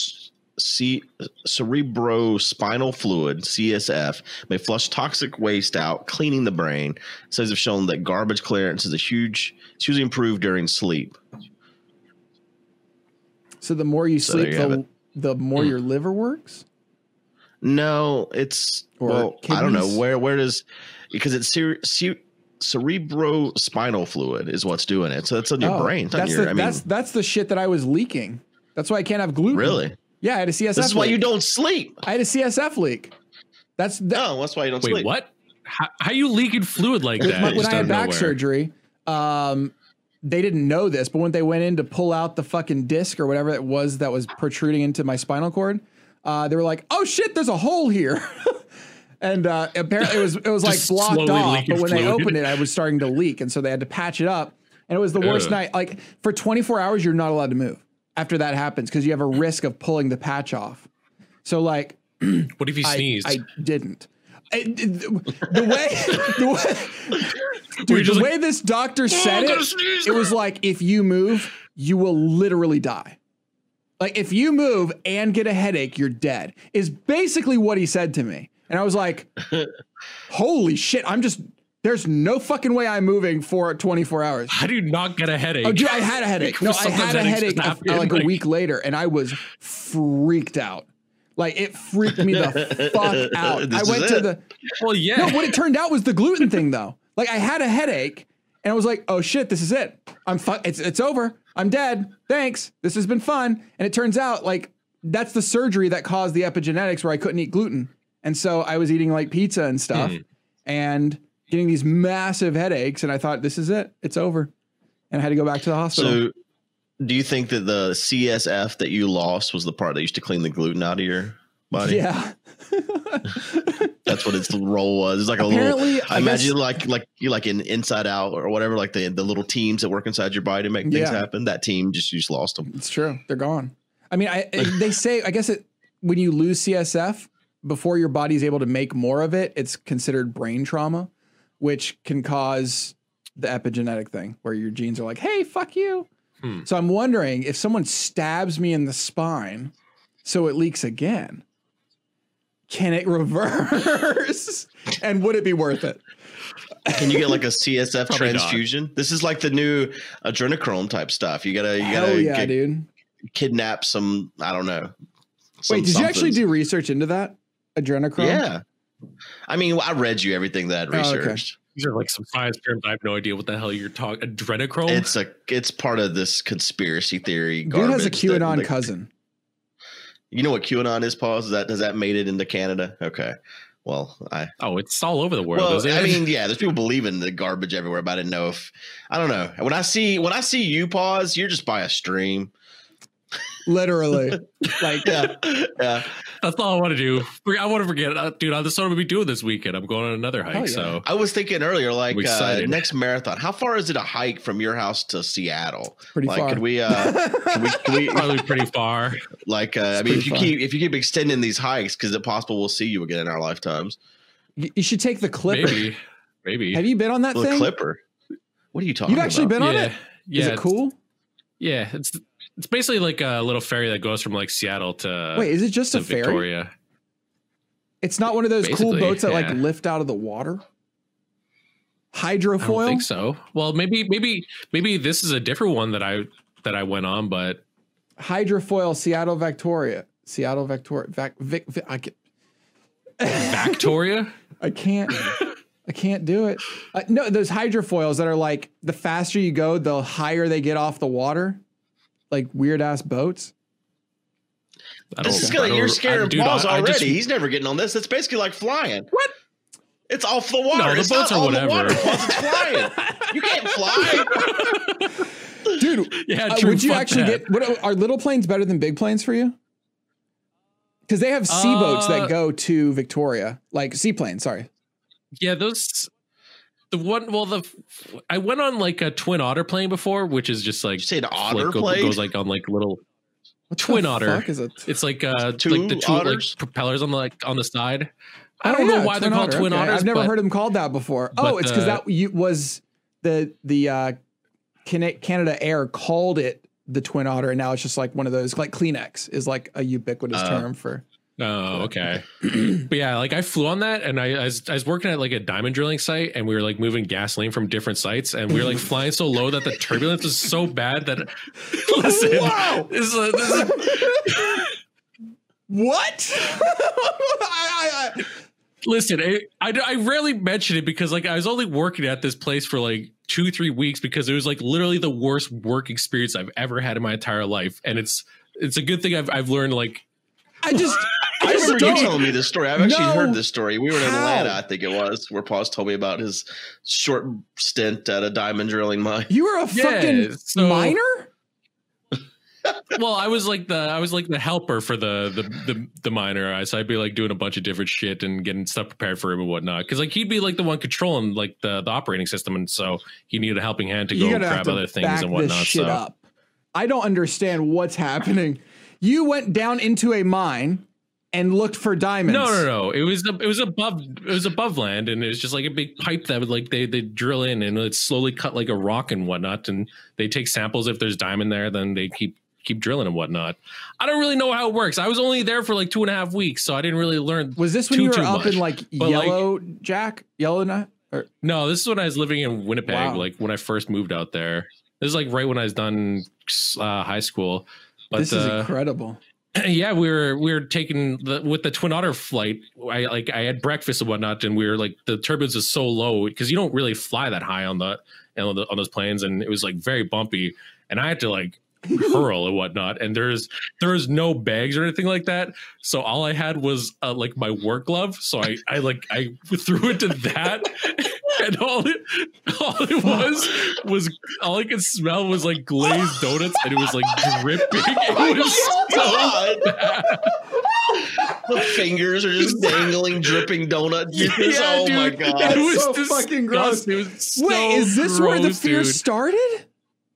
C- cerebrospinal fluid (CSF) may flush toxic waste out, cleaning the brain. Studies have shown that garbage clearance is a huge. It's usually improved during sleep. So the more you So sleep, there you have the, the more your liver works. No, it's Or well, I don't know kidneys? where where does because it's cere- cere- cerebrospinal fluid is what's doing it. So it's on your Oh, brain. It's on that's your. the I mean, that's that's the shit that I was leaking. That's why I can't have gluten. really, Yeah, I had a CSF. this is why leak. you don't sleep. I had a CSF leak. That's that, No, that's why you don't Wait, sleep. what? How, how you leaking fluid like With that? my- when just I out had of back nowhere? surgery, um, they didn't know this, but when they went in to pull out the fucking disc or whatever it was that was protruding into my spinal cord, uh, they were like, "Oh shit, there's a hole here," (laughs) and uh, apparently it was it was like (laughs) Just blocked slowly off. leaking But when they fluid. opened it, I was starting to leak, and so they had to patch it up. And it was the worst Ugh. night. Like for 24 hours, you're not allowed to move after that happens because you have a risk of pulling the patch off. So like What if you I, sneezed? I didn't. I- the way, (laughs) the way, Were you dude, the just like, "Oh, way this doctor said I'm gonna it, sneeze. it was like if you move, you will literally die. Like if you move and get a headache, you're dead. Is basically what he said to me, and I was like, "Holy shit! I'm just there's no fucking way I'm moving for 24 hours." How do you not get a headache? Oh, dude, (laughs) I had a headache. No, I Sometimes had a headaches headache just a- happen, like, a like- week later, and I was freaked out. Like it freaked me the fuck out. This I is went to it. the well, yeah. no. What it turned out was the gluten thing, though. Like I had a headache, and I was like, "Oh shit, this is it. I'm fu- It's it's over. I'm dead. Thanks. This has been fun." And it turns out, like that's the surgery that caused the epigenetics where I couldn't eat gluten, and so I was eating like pizza and stuff, Hmm. and getting these massive headaches. And I thought, "This is it. It's over." And I had to go back to the hospital. So, do you think that the CSF that you lost was the part that used to clean the gluten out of your body? Yeah. that's what its role was. It's like a Apparently, little. I, I imagine guess- like like you like in Inside Out or whatever, like the the little teams that work inside your body to make things Yeah. happen. That team just you just lost them. It's true. They're gone. I mean, (laughs) I they say I guess it when you lose CSF before your body's able to make more of it, it's considered brain trauma, which can cause the epigenetic thing where your genes are like, "Hey, fuck you." Hmm. So I'm wondering if someone stabs me in the spine, so it leaks again. Can it (laughs) reverse? and would it be worth it? Can you get like a CSF Probably not. transfusion? This is like the new adrenochrome type stuff. You gotta you Hell gotta yeah, get- dude. kidnap some. I don't know. some Wait, did you actually somethings. do research into that? Adrenochrome? Yeah. I mean, I read you everything that I'd Oh, okay. researched. These are like some science terms. I have no idea what the hell you're talking. Oh. Adrenochrome. It's a it's part of this conspiracy theory. Dude has a garbage that- QAnon that- cousin. You know what QAnon is, Paul? Is that does that made it into Canada? Okay. Well, I oh, it's all over the world. well, is it? I mean, yeah, there's people believing the garbage everywhere, but I didn't know if I don't know. When I see when I see you pause, you're just by a stream. (laughs) Literally. like (laughs) Yeah. yeah. (laughs) that's all I want to do. I want to forget, uh, dude. That's what I'm gonna be doing this weekend. I'm going on another hike. yeah. So I was thinking earlier, like I'm uh, excited. next marathon. How far is it a hike from your house to Seattle? pretty like far. could we uh can we, can we probably pretty (laughs) far. Like, uh, I mean, if pretty you fun. keep if you keep extending these hikes, because it's possible we'll see you again in our lifetimes. Y- (laughs) you should take the clipper. Maybe, maybe. Have you been on that The thing? Clipper. What are you talking? You've actually about? been on yeah, it. Is yeah. it cool? Yeah, it's it's basically like a little ferry that goes from like Seattle to Wait, is it just to a ferry? uh, Victoria. It's not one of those cool Basically, boats that yeah. like lift out of the water. I don't Hydrofoil. think so. Well, maybe maybe maybe this is a different one that I that I went on, but (laughs) Hydrofoil Seattle Victoria. Seattle Victoria. Vac, Vic, Vic, I, can, Victoria. I can't. I can't do it. Uh, no, those hydrofoils that are like the faster you go, the higher they get off the water. Like weird ass boats. I This is I gonna, you're scared of dude, I- balls I already. just- He's never getting on this. It's basically like flying. What? It's off the water. No, the it's boats not are on the water. whatever. Plus it's (laughs) flying. you can't fly. Dude, (laughs) yeah, Uh, true, would you fuck actually that. get what are little planes better than big planes for you? Because they have sea boats Uh, that go to Victoria, like seaplanes. Sorry, Yeah, those. The one, well, the I went on like a twin otter plane before, which is just like you say an like, otter go- plane? goes like on like little. what the Twin otter. Fuck is a t- It's like uh, Two like the two like otters? propellers on the like on the side. I don't Oh, yeah, know why they're called otter, twin okay. otters. I've never but heard them called that before. oh, but, it's because uh, that you, was the the uh, Cana- Canada Air called it the twin otter, and now it's just like one of those like Kleenex is like a ubiquitous Uh, term (laughs) for. Oh, okay. (clears throat) but yeah, like I flew on that and I, I, was, I was working at like a diamond drilling site and we were like moving gasoline from different sites and we were like flying so low that the turbulence was so bad that. (laughs) Listen, Wow! this is a- this is a- What? (laughs) I, I, I, listen, I, I, I rarely mention it because like I was only working at this place for like two, three weeks because it was like literally the worst work experience I've ever had in my entire life. And it's, it's a good thing I've, I've learned like I just, I I just remember don't. you telling me this story. I've actually No. heard this story. We were in How? Atlanta, I think it was, where Paws told me about his short stint at a diamond drilling mine. you were a Yeah, fucking so- miner. well, I was like the I was like the helper for the the the, the miner. I so I'd be like doing a bunch of different shit and getting stuff prepared for him and whatnot. Because like he'd be like the one controlling like the, the operating system, and so he needed a helping hand to go You're gonna have grab to other things back and this whatnot. shit So up. I don't understand what's happening. You went down into a mine and looked for diamonds. no, no, no. It was it was above it was above land, and it was just like a big pipe that would like they they drill in and it slowly cut like a rock and whatnot. And they take samples if there's diamond there, then they keep keep drilling and whatnot. I don't really know how it works. I was only there for like two and a half weeks, so I didn't really learn Was this when Too, you were too up in much. like But, like- yellow jack, yellow nut? Or No, this is when I was living in Winnipeg, Wow. like when I first moved out there. This is like right when I was done uh, high school. But this is uh, incredible. (clears throat) yeah, we were we were taking the with the Twin Otter flight. I like I had breakfast and whatnot, and we were like the turbines is so low because you don't really fly that high on the on, the, on those planes, and it was like very bumpy, and I had to like hurl and whatnot. And there's there's no bags or anything like that, so all I had was uh, like my work glove. So I I like I threw into that. (laughs) And all it, all it was was all I could smell was like glazed donuts, and it was like dripping. (laughs) Oh, It was so (laughs) The fingers are just dangling, dripping (laughs) donut juices. Yeah, oh my dude. god! It was so fucking gross. disgusting. It was so Wait, is this where the gross, fear dude. started?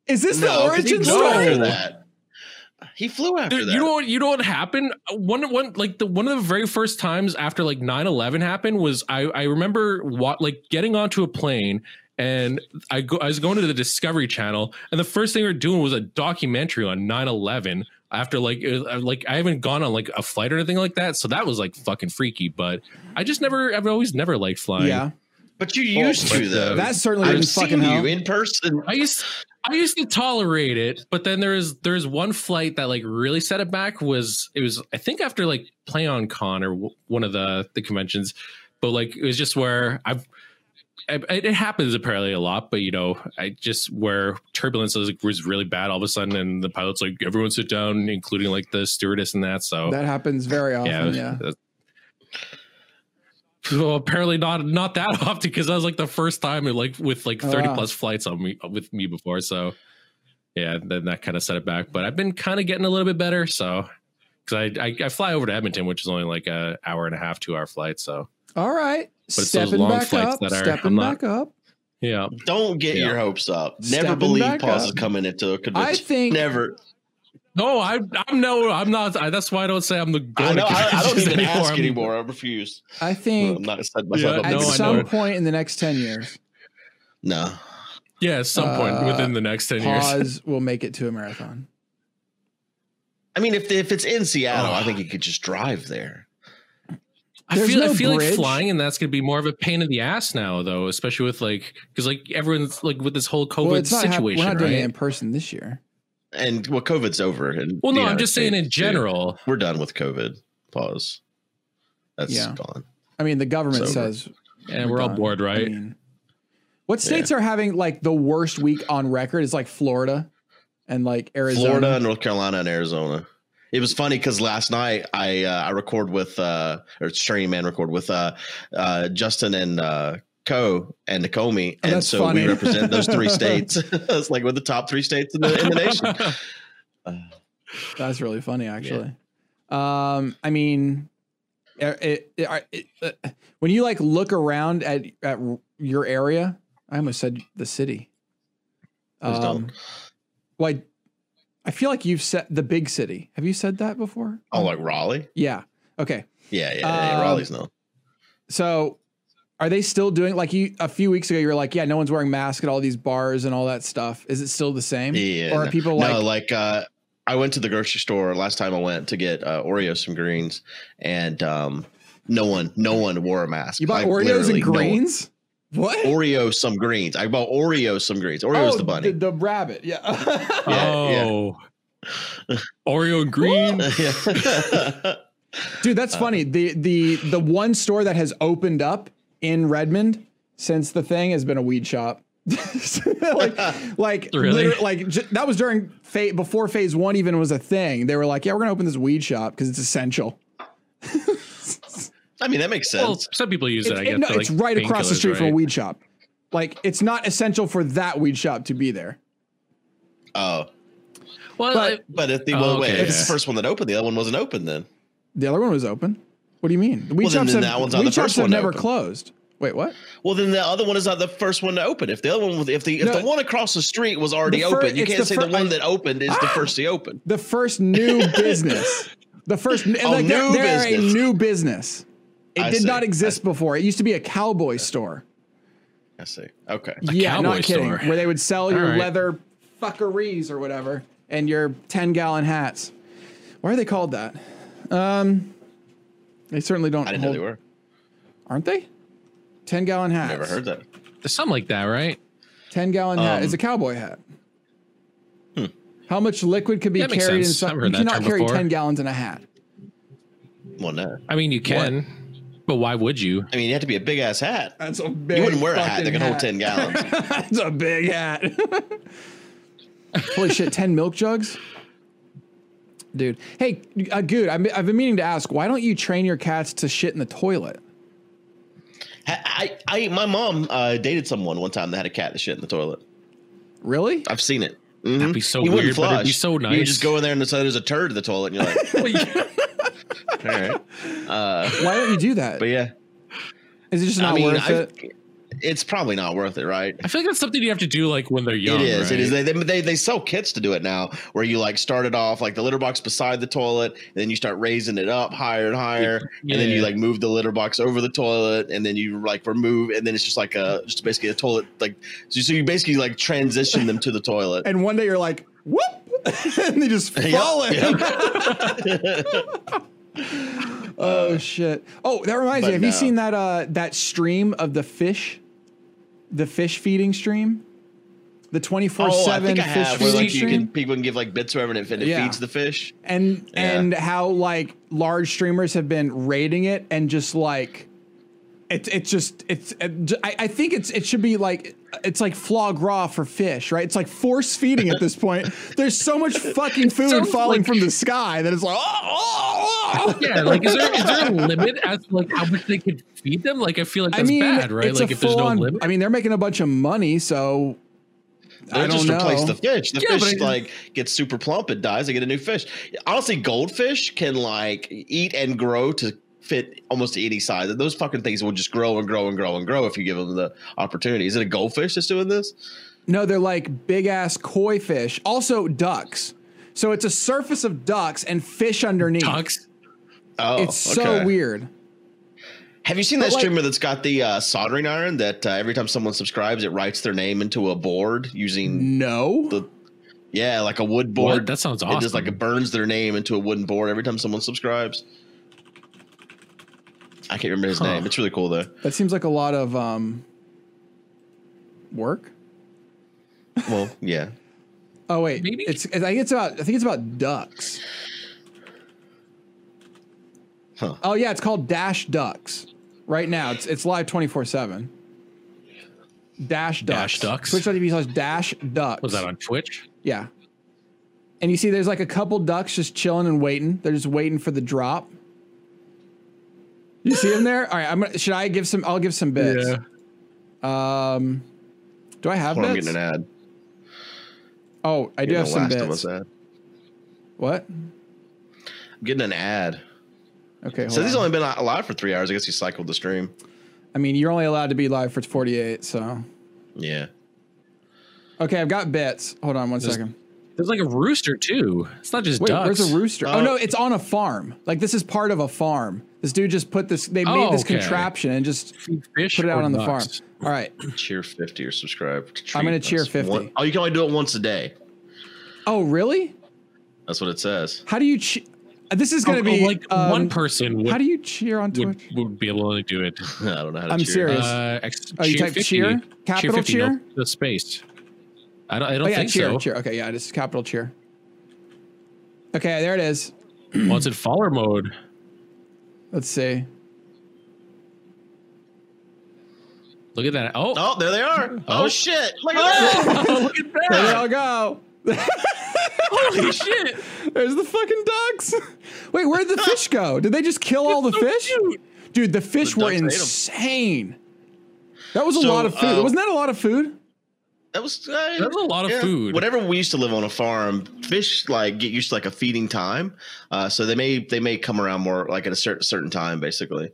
Is this the 'cause he origin flew after story? that. He flew after Dude, that. you know what? You know what happened? One, one, like the one of the very first times after like 9-11 happened was I, I remember what like getting onto a plane and I go, I was going to the Discovery Channel and the first thing we were doing was a documentary on 9-11 after like it was- like I haven't gone on like a flight or anything like that, so that was like fucking freaky. But I just never, I've always never liked flying. Yeah, but you used but, to though. that certainly I've didn't fucking seen you help. in person. I used I used to tolerate it, but then there is there is one flight that like really set it back. Was it was I think after like Play on Con or w- one of the the conventions, but like it was just where I've. I- It it happens apparently a lot, but you know, I just where turbulence was, was really bad all of a sudden, and the pilot's like, everyone sit down, including like the stewardess and that. So That happens very often. yeah, it Yeah, was- that's- well, apparently not not that (laughs) often because that was like the first time in like with like Oh, thirty wow. plus flights on me with me before. So yeah, then that kind of set it back. But I've been kind of getting a little bit better. So because I, I I fly over to Edmonton, which is only like a hour and a half, two hour flight. So All right, those stepping long back flights up, that are- stepping I'm not- back up. yeah, Don't get Yeah. your hopes up. Never Stepping believe back Paws up. is coming into a convention. I think never. no, I I'm no, I'm not. I, that's why I don't say I'm the. I going know. to I, (laughs) I (laughs) don't conventions even ask I'm- anymore. I refuse. I Well, think I'm not setting myself Yeah, up. at no, I some know. point in the next ten years, No. Yeah, at some point Uh, within the next (laughs) ten years. pause will make it to a (laughs) marathon. I mean, if if it's in Seattle, Oh. I think you could just drive there. I There's feel no I feel bridge. like flying and that's gonna be more of a pain in the ass now though, especially with like because like everyone's like with this whole COVID well, it's not hap- situation, we're not doing it in right? person this year. And well, COVID's over. And Well, no, I'm just saying in general. we're done with COVID. Pause. That's Yeah. gone. I mean, the government So- says And we're all done. bored, I right? mean, what states are having like the worst week on record is like Florida and like Arizona. Florida, North Carolina, and Arizona. It was funny because last night I uh, I record with uh or stream and record with uh uh Justin and uh Co and Nakomi, and Oh, that's so funny. we represent those (laughs) three states. (laughs) it's like we're the top three states in the in the nation. That's really funny, actually. Um, I mean, it, it- it- it- uh, when you like look around at at your area, I almost said the city. Please don't. Um, well, I, I feel like you've said the big city. Have you said that before? Oh, like Raleigh? yeah. Okay. Yeah, yeah, yeah Um, Raleigh's no. So Are they still doing like you a few weeks ago? You were like, yeah, no one's wearing masks at all these bars and all that stuff. Is it still the same? Yeah, Or are no- people no, like, like uh, I went to the grocery store last time I went to get uh, Oreos some greens, and um, no one, no one wore a mask. you bought Like, Oreos literally and no one. grains? What? Oreo some greens. I bought Oreo some greens. Oreo's Oh, the bunny. The, rabbit. Yeah. (laughs) Yeah, yeah. oh, Oreo green. Dude, that's funny. Um, The the the one store that has opened up in Redmond since the thing has been a weed shop. (laughs) like (laughs) like Really? liter- like j- that was during phase before phase 1 even was a thing. They were like, "Yeah, we're going to open this weed shop cuz it's essential." (laughs) I mean, that makes sense. Well, some people use it. It's- I it- guess no, for, like, it's right across the painkillers, street from a right? weed shop. Like it's not essential for that weed shop to be there. oh, Well, But- I- but if the Oh, well, wait, okay. if it's the first one that opened, the other one wasn't open then. The other one was open. What do you mean? The weed Well, then- shops then have, that one's not weed the shops first have one to never open. closed. Wait, what? Well, then the other one is not the first one to open. If the other one, was- if the if No. the one across the street was already The fir- open, you it's can't the say fir- the one I- Ah! that opened is the first to open. the first new (laughs) business. The first and Oh, like they're, new they're a business. new business. It I did see. not exist before. It used to be a cowboy store. I see. Okay. yeah, cowboy not kidding. store. Where they would sell your right. leather fuckeries or whatever and your 10 gallon hats. Why are they called that? Um, they certainly don't. I didn't know hold, they were. Aren't they? 10 gallon hats. Never heard that. there's something like that, right? 10 gallon hat Um, hmm. is a cowboy hat. How much liquid could be That makes carried sense. inside? I've heard You that cannot term carry before. 10 gallons in a hat. Well, no. I mean, you can, but why (laughs) would you? I mean, you have to be a big ass hat. That's a big. You wouldn't wear a hat that fucking can hold ten (laughs) gallons. That's a big hat. (laughs) Holy shit! Ten milk jugs, dude. Hey, uh, dude. I'm, I've been meaning to ask. Why don't you train your cats to shit in the toilet? I, I, I- my mom uh, dated someone one time that had a cat that shit in the toilet. Really? I've seen it. Mm-hmm. That'd be so weird, but it'd be so You nice. just go in there and it's- there's a turd in the toilet, and you're like, all (laughs) right. Uh, Why don't you do that? But yeah, Is it just not I mean, worth I, it? it's probably not worth it, right? I feel like that's something you have to do like when they're young. It is. It is. right? They, they- they they sell kits to do it now, where you like start it off like the litter box beside the toilet, and then you start raising it up higher and higher, and then you Yeah. like move the litter box over the toilet, and then you like remove, and then it's just like a just basically a toilet like so, so you basically like transition them to the toilet. And one day you're like, whoop, (laughs) and (laughs) they just fall in. (laughs) oh shit! Oh, that reminds me. but Have you no. seen that uh, that stream of the fish, the fish feeding stream, the twenty four Oh, I seven think I fish have. Where feeding like you stream? can people can give like bits or whatever, and it Yeah. feeds the fish. and Yeah. and how like large streamers have been rating it and just like it's it's just it's it, j- I, I think it's it should be like it's like foie gras for fish right it's like force feeding at this (laughs) point there's so much fucking food Sounds falling like- from the sky that it's like oh, oh, oh. Yeah, like is there is there a limit as to like how much they could feed them? Like I feel like I that's mean bad, right? it's Like a if there's no full-on- limit. I mean they're making a bunch of money so They I just don't replace know. the fish. The Yeah, but fish I- like gets super plump, it dies, they get a new fish. Honestly, goldfish can like eat and grow to fit almost any size. Those fucking things will just grow and grow and grow and grow if you give them the opportunity. Is it a goldfish that's doing this? No, they're like big ass koi fish. Also ducks. So it's a surface of ducks and fish underneath. Ducks. Oh, It's so okay. weird. Have you seen that like- streamer that's got the uh, soldering iron that uh, every time someone subscribes, it writes their name into a board using No. the yeah, like a wood What? board. That sounds It awesome. just like it burns their name into a wooden board every time someone subscribes. I can't remember his Huh. name. It's really cool though. that seems like a lot of um work. Well, yeah. Oh wait, Maybe? it's I think it's about I think it's about ducks. Huh. Oh yeah, it's called Dash Ducks. Right now, it's it's live twenty four seven. Dash Ducks. Dash Ducks? Twitch.tv slash Dash Ducks. was that on Twitch? Yeah. And you see there's like a couple ducks just chilling and waiting. They're just waiting for the drop. You see them there? All right, I'm gonna, should I give some I'll give some bits. Um do I have Hold on, I'm bits? getting an ad. Oh, I do Getting have a some Last of Us uh, bits. ad. What? I'm getting an ad. Okay. Hold So this on. only been alive for three hours. I guess he cycled the stream. I mean, you're only allowed to be live for 48, so Yeah. Okay, I've got bits. Hold on one second. There's like a rooster too. It's not just Wait, ducks. where's a rooster? oh Uh, no, it's on a farm. Like this is part of a farm. This dude just put this. They made Oh, this okay. contraption and just Feed fish put it out or on the farm. ducks? All right. Cheer 50 or subscribe. To I'm gonna treat cheer us. 50. One- oh, you can only do it once a day. Oh really? That's what it says. (laughs) How do you? Che- this is going Oh, to be like um, one person would, How do you cheer on would, Twitch? would be able to do it. I don't know how to I'm cheer. serious. Uh, ex- Oh, you type cheer? Capital 50, cheer? no, the space. I don't. I don't Oh yeah, think cheer, so. cheer. Okay, yeah, this is capital cheer. Okay, there it is. Well, it's in follower mode. Let's see. Look at that. Oh, (laughs) Oh, there they are. Oh, Oh. shit. Look at that. look There at they (laughs) that! all go. Holy shit! There's the fucking ducks. (laughs) Wait, where'd the fish go? Did they just kill all the so fish? cute. Dude, the fish The were ducks ate 'em. insane. That was a So, lot of food. uh, Wasn't that a lot of food? That was uh, That's a lot of food. Whenever we used to live on a farm, fish like get used to like a feeding time, uh, so they may they may come around more like at a certain certain time. Basically,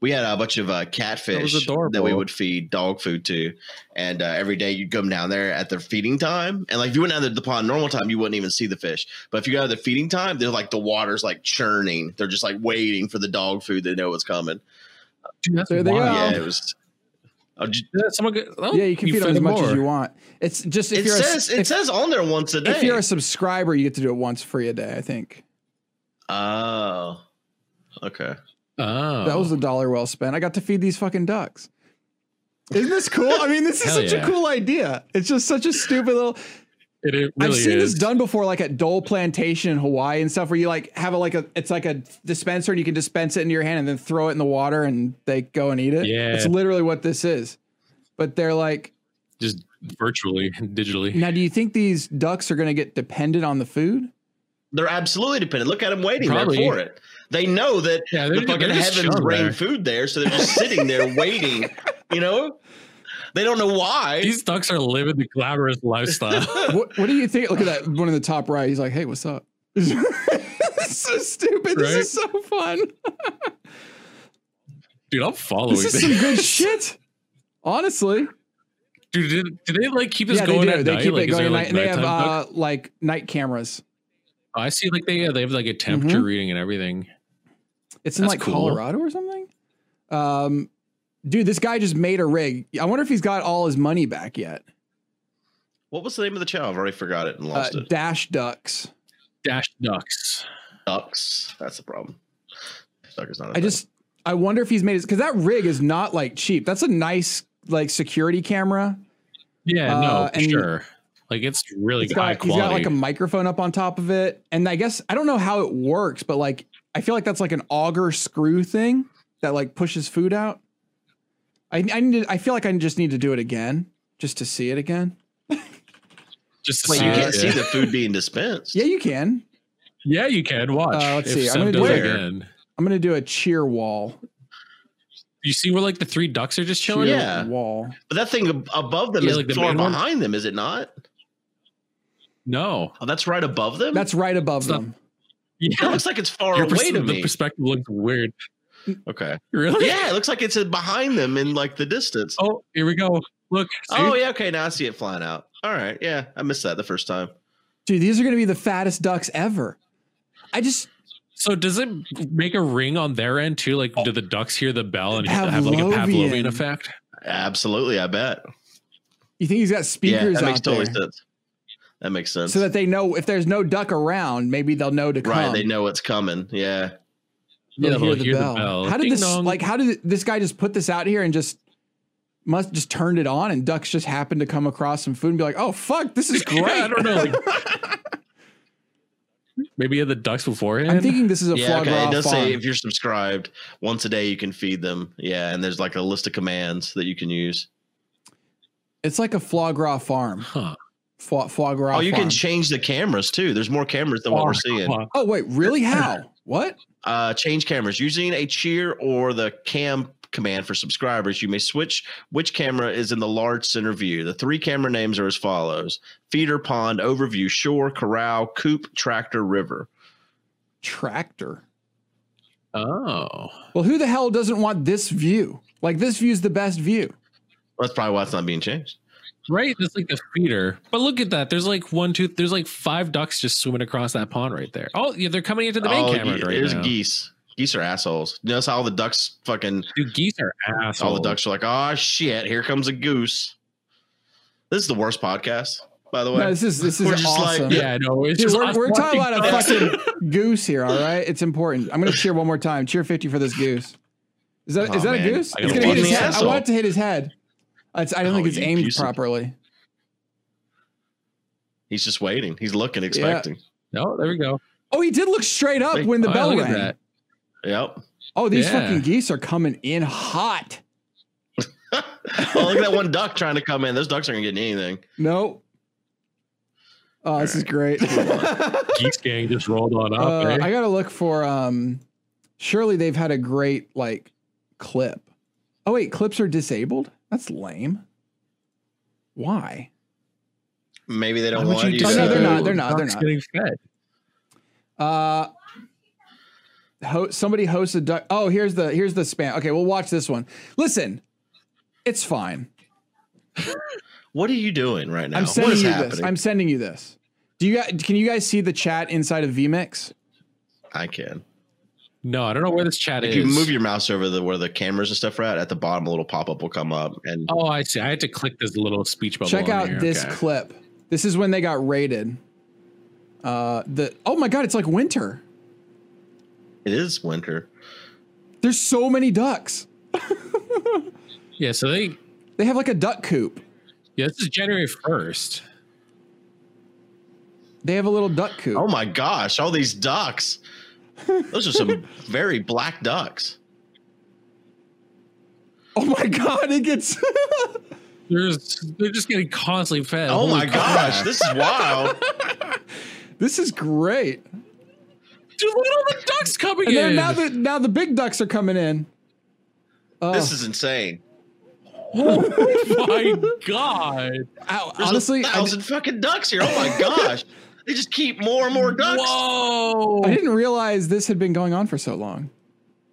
we had a bunch of uh, catfish adorable. that we would feed dog food to, and uh, every day you'd come down there at their feeding time, and like if you went down to the pond normal time, you wouldn't even see the fish. But if you go to the feeding time, they're like the water's like churning. They're just like waiting for the dog food. They know what's coming. Dude, that's There they wild. go. Yeah, it was. Oh, did you- Yeah, someone go- oh, yeah, you can feed them as much as more. you want. It's just if it you're says a, it if, says on there once a day. if you're a subscriber, you get to do it once free a day. I think Oh, okay. Oh, that was a dollar well spent. I got to feed these fucking ducks. Isn't this cool? I mean, this is Hell such a yeah. cool idea. It's just such a stupid little. it, it really I've seen is. this done before, like at Dole Plantation in Hawaii and stuff, where you like have a like a it's like a dispenser and you can dispense it into your hand and then throw it in the water and they go and eat it. Yeah. it's literally what this is. But they're like, just virtually, (laughs) digitally. now, do you think these ducks are going to get dependent on the food? They're absolutely dependent. Look at them waiting Probably. there for it. They know that Yeah, the fucking heavens shown bring there. food there, so they're just sitting (laughs) there waiting. You know, they don't know why. These ducks are living the glamorous (laughs) lifestyle. what, what do you think? Look at that one in the top right. He's like, hey, what's up? (laughs) It's so stupid. This is so fun. Dude, I'm following This this. is some good (laughs) shit. Honestly. Dude, did, do they like keep this yeah, they going do. at They night? keep like, it is going there, at night. like, and they have nighttime duck? uh, like night cameras. I see, like they yeah, they have like Mm-hmm. a temperature reading and everything. It's in That's like cool. Colorado or something. Um, dude, this guy just made a rig. I wonder if he's got all his money back yet. what was the name of the channel? I've already forgot it and Uh, lost it. Dash Ducks. Dash ducks. Ducks. That's the problem. Duck is not. a I thing. just I wonder if he's made it because that rig is not like cheap. That's a nice like security camera. Yeah, Uh, no, for and- sure. Like it's really It's high got, he's quality. got like a microphone up on top of it, and I guess I don't know how it works, but like I feel like that's like an auger screw thing that like pushes food out. I I need to, I feel like I just need to do it again just to see it again. just to Wait, see you it, can't see yeah. the food (laughs) being dispensed. Yeah, you can. Yeah, you can watch. Uh, let's if see, I'm Seb gonna do does it it. again. I'm gonna do a cheer wall. You see where like the three ducks are just Cheer chilling? Yeah. wall. But that thing ab- above them Yeah, is like the far main one? behind them, is it not? No. Oh, that's right above them. That's right above It's not- them. That (laughs) Yeah. looks like it's far Your away pers- to the me. perspective looks weird. Okay. Really? Yeah, it looks like it's uh, behind them in like the distance. Oh, here we go. Look. see? Oh yeah, okay. Now I see it flying out. All right, yeah, I missed that the first time. Dude, these are gonna be the fattest ducks ever. I just So does it make a ring on their end too? Like, do the ducks hear the bell and have like a Pavlovian. Pavlovian effect? Absolutely, I bet. you think he's got speakers yeah, that makes out there totally sense. That makes sense. so that they know if there's no duck around, maybe they'll know to come. right, they know it's coming. Yeah, They'll Yeah, they'll hear the bell. How did Ding this dong. like? How did this guy just put this out here and just must just turned it on and ducks just happened to come across some food and be like, oh fuck, this (laughs) is great. I don't know. (laughs) Like, maybe you had the ducks beforehand. I'm thinking this is a yeah. foie Okay, gras it does farm. say if you're subscribed, once a day you can feed them. Yeah, and there's like a list of commands that you can use. it's like a foie gras farm. Huh. Foie, foie gras. oh, you farm. can change the cameras too. There's more cameras than what we're seeing. Huh. oh wait, (laughs) really? How? What? Uh, change cameras using a cheer or the cam command for subscribers. You may switch which camera is in the large center view. The three camera names are as follows: feeder, pond, overview, shore, corral, coop, tractor, river. Tractor. Oh, Well, who the hell doesn't want this view? Like this view's the best view. That's probably why it's not being changed. right? That's like the feeder. But look at that. There's like one, two, there's like five ducks just swimming across that pond right there. Oh, yeah, they're coming into the main Oh, camera yeah, right there's now. geese. Geese are assholes. Notice how all the ducks fucking Dude, geese are assholes. all the ducks are like, oh shit, here comes a goose. This is the worst podcast, by the way. (laughs) No, this is this is We're just like- awesome. Yeah, no, it's Dude, just we're, us we're talking watching about a ducks. fucking goose here, all right? It's important. I'm gonna cheer one more time. Cheer 50 for this goose. Is that is Aw, that man. a goose? I It's gotta gonna hit watch his this head. I asshole. want it to hit his head. It's, I don't Oh, think it's you aimed piece of- properly. He's just waiting. He's looking, expecting. No, there we go. Oh, he did look straight up Like, when the Oh, bell look at rang. that. Yep. Oh, these Yeah. fucking geese are coming in hot. (laughs) oh, look at that one duck trying to come in. Those ducks aren't getting anything. Nope. Oh, this is (laughs) great. uh, Geese gang just rolled on up. eh? I gotta look for um surely they've had a great like clip. Oh wait, clips are disabled? That's lame. Why? Maybe they don't Why would want you. do Oh, to- no, they're that? not. They're not. They're Ducks not. Getting fed. Uh ho- somebody hosts a duck. Oh, here's the here's the spam. Okay, we'll watch this one. Listen, it's fine. What are you doing right now? I'm what sending is you happening? this. I'm sending you this. Do you guys can you guys see the chat inside of vMix? I can. No, I don't know where this chat If is. you move your mouse over the where the cameras and stuff are at, at the bottom a little pop up will come up, and oh, I see. I had to click this little speech bubble. Check on out here. this Okay. clip. This is when they got raided. Uh the oh my god, it's like winter. it is winter. There's so many ducks. Yeah, so they. They have like a duck coop. Yeah, this is January first. They have a little duck coop. Oh my gosh! All these ducks. Those are (laughs) some very black ducks. (laughs) Oh my god, it gets (laughs) There's they're just getting constantly fed. Oh Holy my gosh! crap. This is wild. (laughs) This is great. Dude, look at all the ducks coming And then in. now the now the big ducks are coming in. Oh, This is insane. (laughs) oh (laughs) my god! ow, There's honestly, a I, thousand fucking ducks here. Oh (laughs) my gosh! They just keep more and more ducks. Whoa! I didn't realize this had been going on for so long.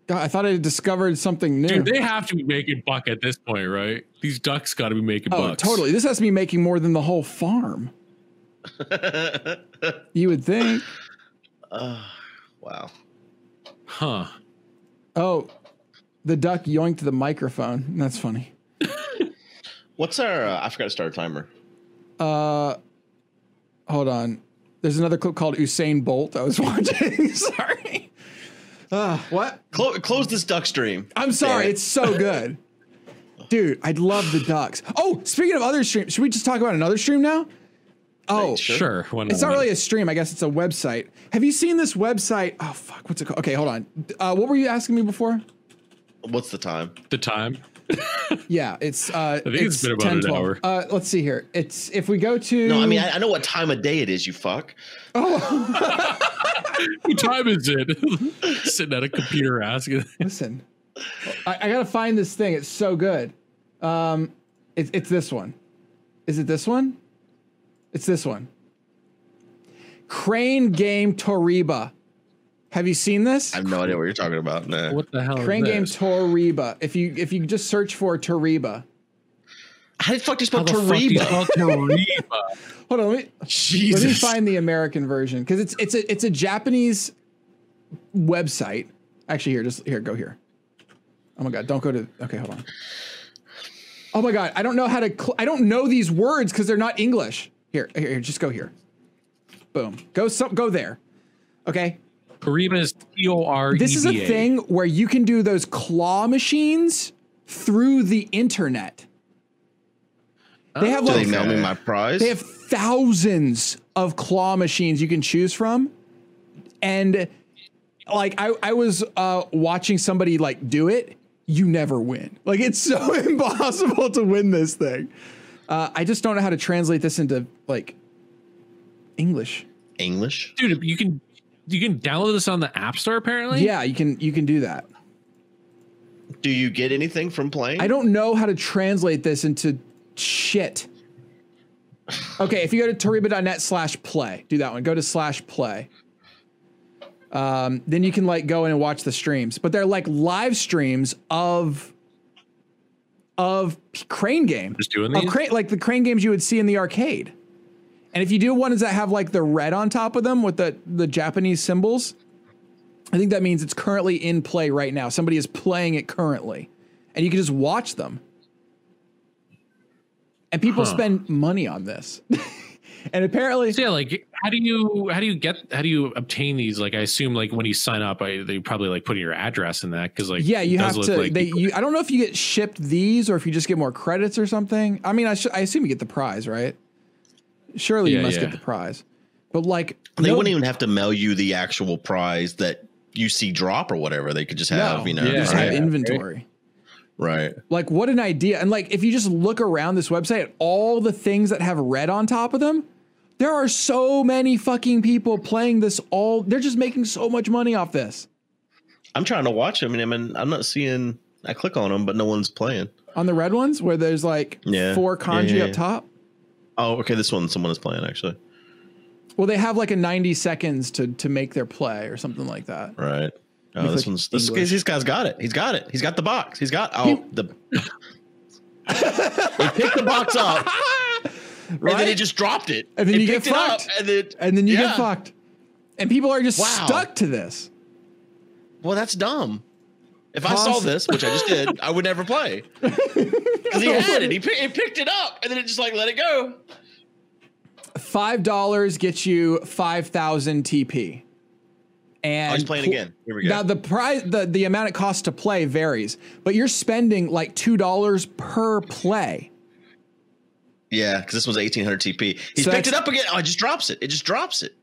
God, I thought I had discovered something new. Dude, they have to be making buck at this point, right? These ducks got to be making oh, bucks. totally. This has to be making more than the whole farm. (laughs) You would think. Ah, wow. Huh? Oh, the duck yoinked the microphone. That's funny. What's our? Uh, I forgot to start a timer. Uh, hold on. There's another clip called Usain Bolt. I was (laughs) watching. sorry. Uh, what? Clo- close this duck stream. I'm sorry. Damn it. It's so good. Dude, I'd love the ducks. Oh, speaking of other streams, should we just talk about another stream now? Oh, Thanks. Sure. Why It's not really a stream. I guess it's a website. Have you seen this website? Oh fuck, what's it called? Okay, hold on. Uh, what were you asking me before? What's the time? the time. Yeah, it's. Uh, think it's been about an 10:12. hour. Uh, let's see here. It's if we go to. No, I mean I, I know what time of day it is. You fuck. What time is it? (laughs) Sitting at a computer asking. listen, I, I gotta find this thing. It's so good. Um, it's it's this one. Is it this one? It's this one. Crane Game Toriba. Have you seen this? I have no idea what you're talking about. Nah. What the hell? Crane is Game this? Toriba. If you if you just search for Toriba. How the fuck do you How spell the fuck do you Tariba? spell Tariba? Hold on, let me Jesus. let me find the American version because it's it's a it's a Japanese website. Actually, here, just here, go here. Oh my god, don't go to. Okay, hold on. Oh my god, I don't know how to. Cl- I don't know these words because they're not English. Here, here, here, just go here. Boom. Go some. Go there. Okay. Tariba is T O R E B A. This is a thing where you can do those claw machines through the internet. They have Do like they mail me my prize? they have thousands of claw machines you can choose from. And like I, I was uh, watching somebody like do it. You never win. Like it's so (laughs) impossible to win this thing. Uh, I just don't know how to translate this into like English. English. dude. You can you can download this on the App Store apparently. Yeah, you can you can do that. Do you get anything from playing? I don't know how to translate this into shit. Okay, if you go to Toriba.net slash play, do that one. Go to slash play. Um, then you can like go in and watch the streams, but they're like live streams of of p- crane game. Just doing Of these? Oh, crane, like the crane games you would see in the arcade. And if you do ones that have like the red on top of them with the, the Japanese symbols, I think that means it's currently in play right now. Somebody is playing it currently. And you can just watch them. And people Huh. spend money on this. (laughs) and apparently So yeah, like how do you how do you get how do you obtain these? Like I assume like when you sign up, I, they probably like put in your address in that because like Yeah, you it does have look to. like they, people- you, I don't know if you get shipped these or if you just get more credits or something. I mean, I, sh- I assume you get the prize, right? Surely you Yeah, must yeah. get the prize. But like, They no- wouldn't even have to mail you the actual prize that you see drop or whatever. They could just have, no, you know, Yeah. just right, have right. inventory. right. Like, what an idea! And like, if you just look around this website at all the things that have red on top of them, there are so many fucking people playing this. All they're just making so much money off this I'm trying to watch them, and I mean, I'm not seeing. I click on them, but no one's playing. on the red ones where there's like Yeah. four Yeah, kanji yeah, up yeah. top. Oh, okay. This one, someone is playing actually. Well, they have like a 90 seconds to to make their play or something like that. Right. me Oh, this click one's. This, English. this guy's got it. He's got it. He's got the box. He's got. Oh, the. (laughs) they picked the box up, (laughs) and then Right? it just dropped it. And then It you get picked it up, fucked. and then and then you yeah. get fucked. And people are just Wow. stuck to this. Well, that's dumb. If I saw Const- this, which I just did, I would never (laughs) play. Because he had it. He, pick, he picked it up, and then it just like let it go. Five dollars gets you five thousand TP. And Oh, he's playing pl- again. Here we go. Now the price, the the amount it costs to play varies, but you're spending like two dollars per play. Yeah, because this one's 1800 TP. He So picked it that's- up again. Oh, it just drops it. It just drops it.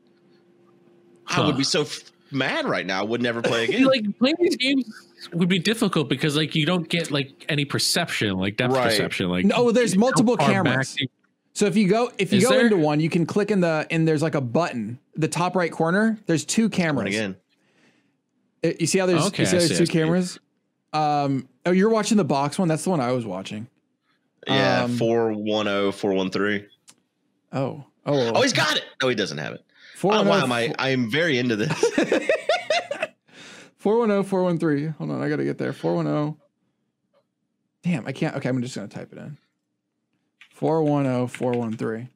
I Huh. would be so f- mad right now. I would never (laughs) play See, again. like playing these games would be difficult because like you don't get like any perception, like depth Right. perception. Like No, there's how multiple far back cameras. you- So if you go if you Is go there- into one, you can click in the and there's like a button, the top right corner. There's two Run cameras. again. Uh, You see how there's Okay, you see how I there's see, I two see. cameras. Um, oh, you're watching the box one. That's the one I was watching. Yeah, Um, 410, 413. Oh, oh, Oh, he's got it. No, he doesn't have it. Four I don't know uh, why one oh am I, I am very into (laughs) this. 410 413. Hold on, I gotta get there. 410. Damn, I can't. Okay, I'm just gonna type it in. oh, 410 413.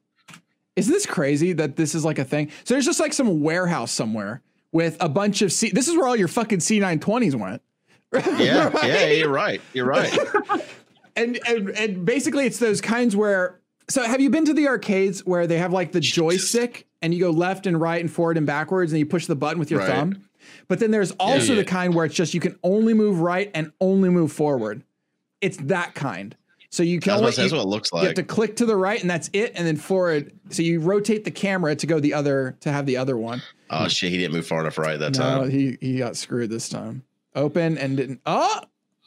Isn't this crazy that this is like a thing? So there's just like some warehouse somewhere with a bunch of C. This is where all your fucking C920s went. (laughs) yeah, Right? yeah, you're right. You're right. And, and and basically it's those kinds where so have you been to the arcades where they have like the joystick and you go left and right and forward and backwards and you push the button with your Right. thumb but then there's also yeah. the kind where it's just you can only move right and only move forward it's that kind so you can That's only what, that's you, what it looks you have like. to click to the right and that's it and then forward so you rotate the camera to go the other to have the other one Oh, shit. He didn't move far enough right that no time. he he got screwed this time open and didn't oh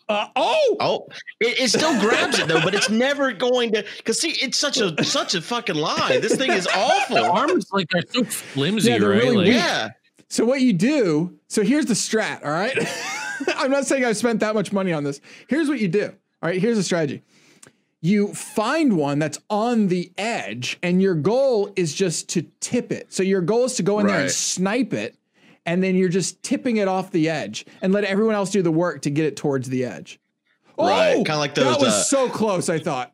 uh, oh Oh, it, it still grabs it though, but it's never going to. Because see, it's such (laughs) a such a fucking lie. This thing is The awful. arms like are so flimsy, Yeah, they're right? really like, weak. Yeah, (laughs) So what you do, so here's the strat, all right? (laughs) I'm not saying I've spent that much money on this. Here's what you do. All right, here's a strategy. You find one that's on the edge and your goal is just to tip it. So your goal is to go in there and Right. snipe it and then you're just tipping it off the edge and let everyone else do the work to get it towards the edge. Oh, Right, kinda like those, That was uh, so close, I thought.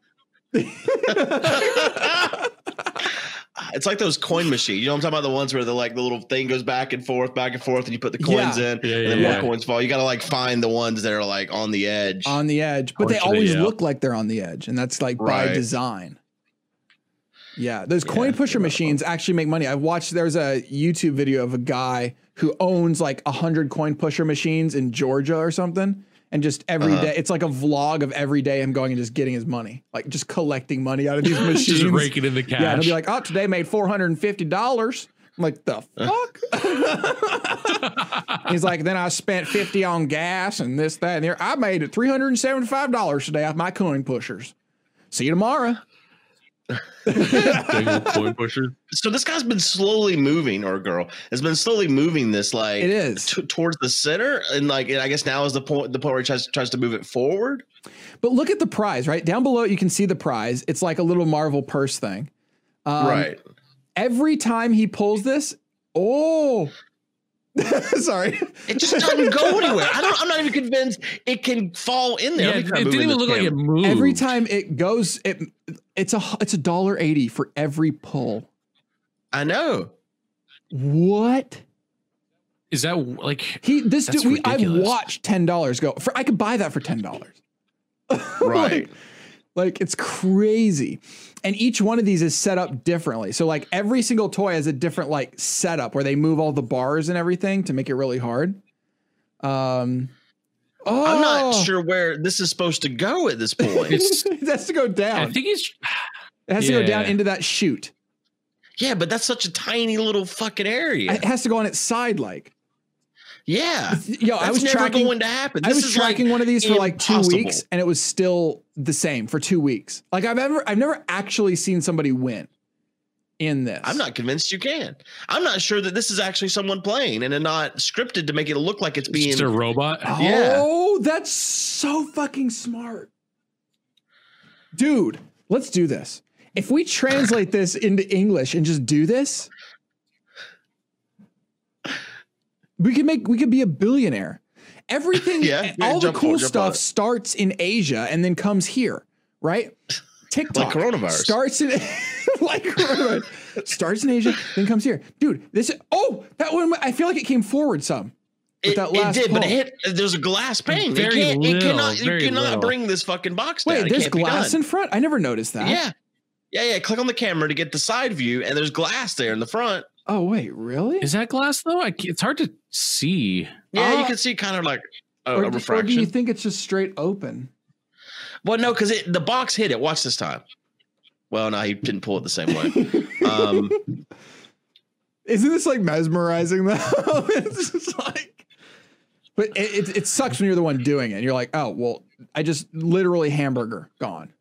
it's like those coin machines. You know what I'm talking about? The ones where the like the little thing goes back and forth, back and forth, and you put the coins Yeah. in, Yeah, and then yeah, more yeah. coins fall. You gotta like find the ones that are like on the edge. On the edge, but they Unfortunately, always yeah. look like they're on the edge, and that's like by Right. design. Yeah, those coin Yeah, pusher they're not machines actually make money. I watched there's a YouTube video of a guy who owns like a hundred coin pusher machines in Georgia or something, and just every Uh-huh. day it's like a vlog of every day him going and just getting his money, like just collecting money out of these just machines. raking in the cash. yeah, and he'll be like, "Oh, today made four hundred and fifty dollars." I'm like, "The fuck?" (laughs) He's like, "Then I spent fifty on gas and this, that, and the other. I made it three hundred and seventy-five dollars today off my coin pushers." See you tomorrow. Big old coin (laughs) pusher. So this guy's been slowly moving, or girl has been slowly moving this like It is. t- towards the center, and like I guess now is the point the point where he tries tries to move it forward. But look at the prize, right? Down below, you can see the prize. It's like a little Marvel purse thing. Um, right. Every time he pulls this, oh, (laughs) Sorry. It just doesn't go anywhere. I don't, I'm not even convinced it can fall in there. Let Yeah, me it, try it didn't moving even this look like it camera. moved. Every time it goes, it it's a it's a dollar eighty for every pull. I (laughs) know. What is that like he this That's dude? We, I've ridiculous. watched ten dollars go for. I could buy that for ten dollars. Right. Like it's crazy. And each one of these is set up differently. So like every single toy has a different like setup where they move all the bars and everything to make it really hard. Um oh, I'm not sure where this is supposed to go at this point. (laughs) It's- it has to go I down. think he's It has to go down Yeah. into that chute. yeah, but that's such a tiny little fucking area. It has to go on its side like. yeah. Yo, Uh, That's I was never tracking going to happen. I This was is like tracking one of these for like two impossible. weeks and it was still the same for two weeks. Like I've ever I've never actually seen somebody win in this. I'm not convinced you can. I'm not sure that this is actually someone playing and they're not scripted to make it look like it's being. just a robot. Yeah. Oh, that's so fucking smart. Dude, let's do this. If we translate this into English and just do this, we could make we could be a billionaire. Everything Yeah, yeah, all the jump cool on it, jump on stuff it. starts in Asia and then comes here, (laughs) right? TikTok coronavirus. starts in (laughs) like coronavirus. starts in Asia, then comes here. Dude, this oh, that one I feel like it came forward some. it, that it last did, but it pull. hit. There's a glass pane. Very it, can't, it little, cannot. You very cannot little. bring this fucking box down. Wait, It there's can't be glass done. in front? I never noticed that. Yeah. Yeah, yeah. Click on the camera to get the side view, and there's glass there in the front. Oh wait, really? Is that glass though? I, ca- it's hard to see. Yeah, Ah. you can see kind of like a, or, a d- or do you refraction. think it's just straight open? well, no, because the box hit it. Watch this time. Well, no, he didn't pull it the same way. (laughs) Um, Isn't this like mesmerizing (laughs) though? it's just like, but it, it it sucks when you're the one doing it. And you're like, oh well, I just literally hamburger gone.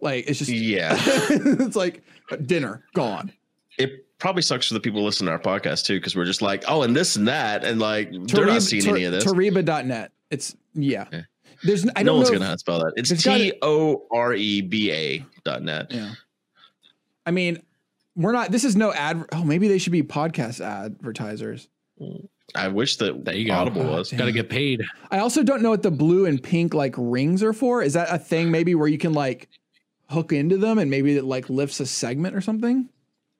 Like it's just yeah, (laughs) it's like uh, dinner gone. it probably sucks for the people listening to our podcast too, because we're just like, oh, and this and that, and like they're Tarib- not seeing Tar- any of this. Tariba.net. It's yeah. Yeah. There's n- I no don't one's know. gonna know how to spell that. It's They've got T it- O R E B A dot net. Yeah. I mean, we're not. This is no ad. Oh, maybe they should be podcast advertisers. I wish that There you go. Audible was. Damn. Got to get paid. I also don't know what the blue and pink like rings are for. Is that a thing maybe where you can like hook into them and maybe it like lifts a segment or something?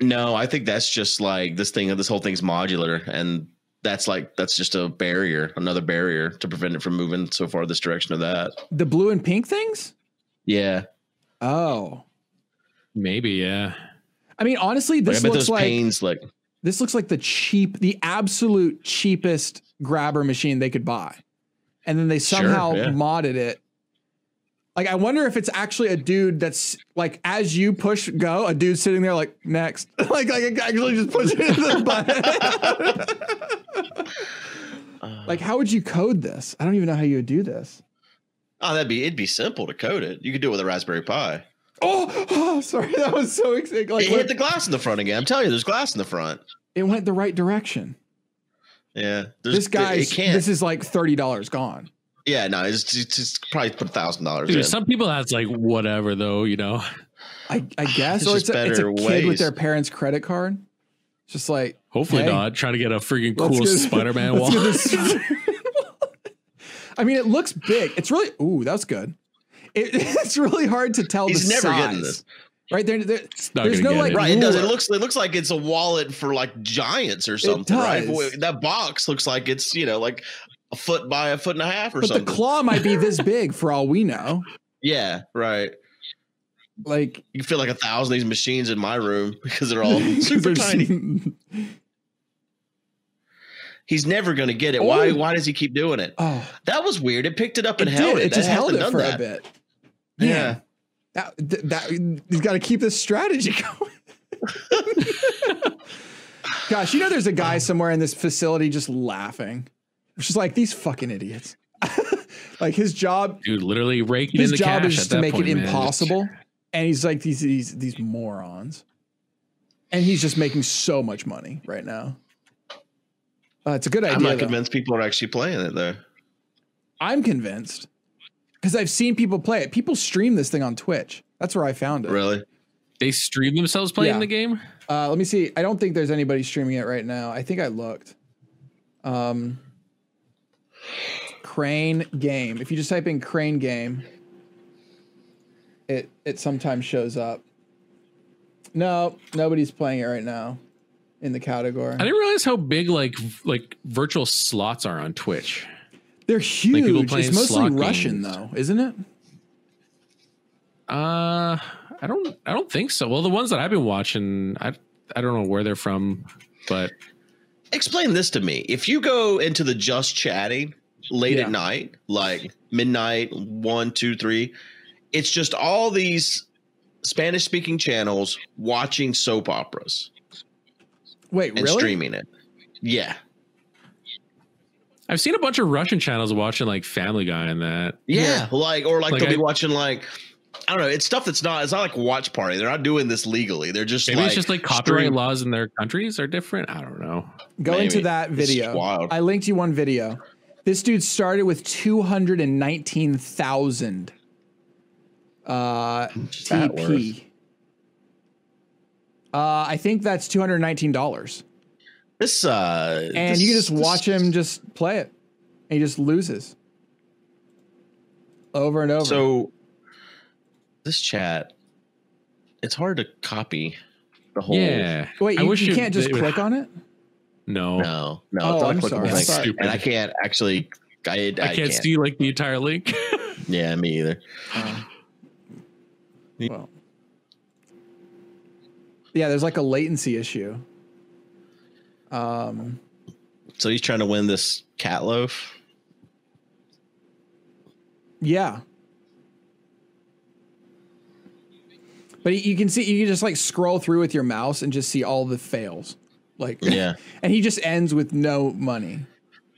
No, I think that's just like this thing. This whole thing's modular, and that's like that's just a barrier, another barrier to prevent it from moving so far this direction or that. The blue and pink things? Yeah, Oh. Maybe yeah. I mean, honestly, like, I this bet looks those like pains like this looks like the cheap, the absolute cheapest grabber machine they could buy. And then they Sure, somehow yeah. modded it. Like, I wonder if it's actually a dude that's like, as you push go, a dude sitting there like, next. (laughs) like, like it actually just pushing (laughs) the button. (laughs) like, how would you code this? I don't even know how you would do this. oh, that'd be it'd be simple to code it. You could do it with a Raspberry Pi. Oh, oh, sorry. That was so exciting. Like, it what- hit the glass in the front again. I'm telling you, there's glass in the front. it went the right direction. Yeah, there's, This it- guy's, It can't. this is like $30 gone. yeah, no, it's just, just probably put a thousand dollars in. Dude, some people that's like whatever though. You know. I, (sighs) I guess. There's Or it's just a, it's a better kid with ways. their parents' credit card. It's just like Hopefully Hey. not. Trying to get a freaking let's cool get- (laughs) Spider-Man let's wall. get this- (laughs) I mean, it looks big. It's really ooh, that's good. It, (laughs) it's really hard to tell. He's the never size, getting this. right there. there not there's no gonna get like it. Right, it does. It ruler. looks. It looks like it's a wallet for like giants or something. Right, does. Boy, that box looks like it's you know like a foot by a foot and a half or But something. the claw might (laughs) be this big for all we know. yeah, right. Like You feel like a thousand of these machines in my room (laughs) because they're (laughs) all super there's- tiny. He's never going to get it. Why? Why does he keep doing it? (laughs) Oh, That was weird. It picked it up it and held did. it. It That just held hasn't it done for that. a bit. Yeah. Man, That, th- that you've got to keep this strategy (laughs) going. Gosh, you know, there's a guy somewhere in this facility just laughing. It's just like these fucking idiots. (laughs) like his job, (laughs) Dude, literally raking his in the job cash is at just to that make point, it man. impossible. And he's like these these these morons, and he's just making so much money right now. Uh, it's a good idea. I'm not though. convinced people are actually playing it though. I'm convinced because I've seen people play it. People stream this thing on Twitch. That's where I found it. Really? They stream themselves playing Yeah. the game. Uh, let me see. I don't think there's anybody streaming it right now. I think I looked. Um, crane game. If you just type in crane game, it it sometimes shows up. No, nobody's playing it right now in the category. I didn't realize how big like v- like virtual slots are on Twitch. They're people huge. playing It's mostly slot Russian games. though, isn't it? Uh, I don't I don't think so. Well, the ones that I've been watching, I I don't know where they're from, but Explain this to me. If you go into the just chatting late Yeah. at night, like midnight, one, two, three, it's just all these Spanish speaking channels watching soap operas Wait, and really? streaming it. Yeah. I've seen a bunch of Russian channels watching like Family Guy and that. Yeah, like or like, Like they'll I- be watching like I don't know. It's stuff that's not. It's not like watch party. They're not doing this legally. They're just Maybe like it's just like copyright stream- laws in their countries are different. I don't know. Go into Maybe. that This is video. wild. I linked you one video. This dude started with 219,000 uh, that TP. Uh, I think that's $219. This uh, And this- you can just this- watch him just play it. And he just loses over and over. So this chat, it's hard to copy the whole. Yeah. Wait, I you, wish you it- can't just they would- click on it? No. No, no, Oh, it's not I'm a clickable sorry. thing. That's stupid. And I can't actually. I, I, I can't, can't, see like the entire link. (laughs) Yeah, me either. Oh. well. Yeah, there's like a latency issue. Um, So he's trying to win this cat loaf. Yeah. But y- you can see you can just like scroll through with your mouse and just see all the fails. Like Yeah. and he just ends with no money.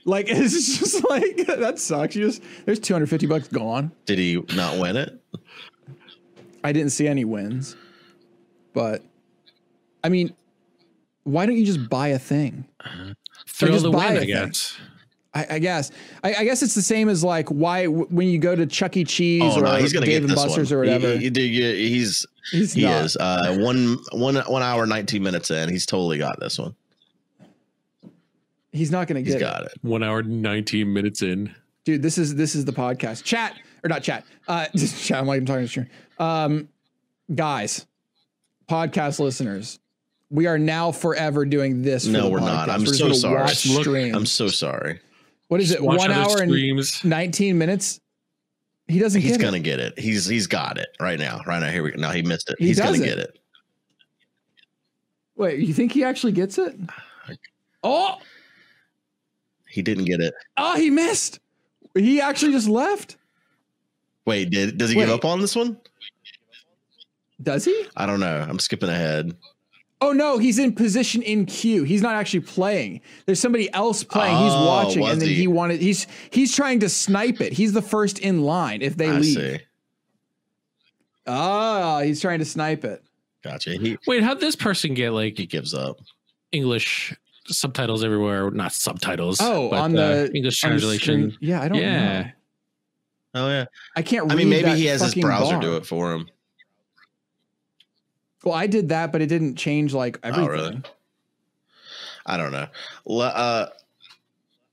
Like (laughs) it's just like that sucks. You just there's 250 bucks gone. Did he not win it? I didn't see any wins. But I mean, why don't you just buy a thing? Thrill just the buy win, it I then. guess. I, I guess. I, I guess it's the same as like why w- when you go to Chuck E. Cheese Oh or no, he's gonna get Dave and this Buster's one. or whatever. He, he, dude, yeah, he's he's he not. is uh, one one one hour nineteen minutes in. He's totally got this one. He's not going to He's get it. got it. One hour nineteen minutes in. dude this is this is the podcast chat or not chat uh (laughs) just chat i'm like i'm talking to stream um guys podcast listeners we are now forever doing this for No, the we're not. podcast. I'm just so gonna sorry. watch Look, streams. I'm so sorry. what is Just it watch one other hour and streams. 19 minutes he doesn't He's get gonna it get it. He's he's got it right now. Right now, here we go. No, he missed it. He he's gonna does it. get it. wait you think he actually (sighs) gets it oh He didn't get it. oh he missed he actually just left Wait, did does he give Wait. up on this one? does he I don't know. I'm skipping ahead. oh no he's in position in queue he's not actually playing there's somebody else playing he's Oh, watching and was then he? he? wanted he's he's trying to snipe it he's the first in line if they I leave see. ah he's trying to snipe it Gotcha. He Wait, how'd this person get he like gives up. English subtitles everywhere? Not subtitles. Oh, but, on the- uh, English On the translation. screen- yeah i don't Yeah. know Oh yeah. i can't read I mean, maybe that he has his fucking browser bar. do it for him. well i did that but it didn't change like everything really? I don't know. Le- uh,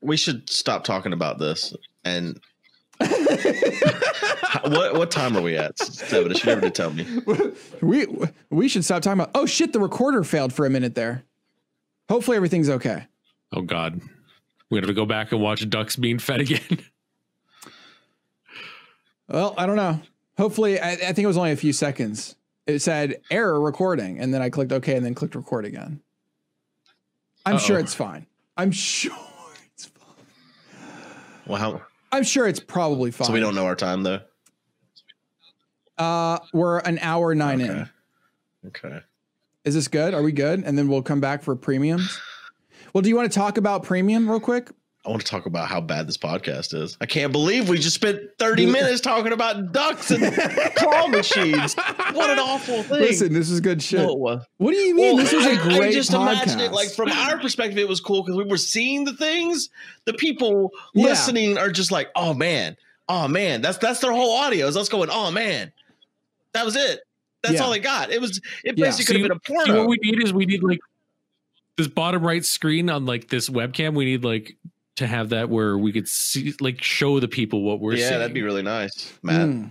we should stop talking about this. And what what time are we at? Seven. She never did tell me. (laughs) we we should stop talking about oh shit the recorder failed for a minute there hopefully everything's okay Oh God, we have to go back and watch ducks being fed again. (laughs) Well, I don't know. Hopefully, I, I think it was only a few seconds. It said error recording, and then I clicked OK, and then clicked record again. I'm sure Uh-oh. it's fine. I'm sure it's fine. Well, how, I'm sure it's probably fine. so we don't know our time though. Uh, we're an hour nine in. Okay. Okay. Is this good? Are we good? And then we'll come back for premiums. Well, do you want to talk about premium real (laughs) quick? I want to talk about how bad this podcast is. I can't believe we just spent 30 minutes talking about ducks and claw machines. What an awful thing. Listen, this is good shit. No, it was. what do you mean? this was I- a great I just imagine it podcast. like from our perspective, it was cool because we were seeing the things. The people Yeah. listening are just like, "Oh man, oh man." That's that's their whole audio is us going, "Oh man." That was it. That's Yeah. all they got. It was it Yeah. basically could have been a See, porno. what we need is we need like this bottom right screen on like this webcam. We need like to have that where we could see like show the people what we're yeah, seeing. that'd be really nice, Matt. Mm.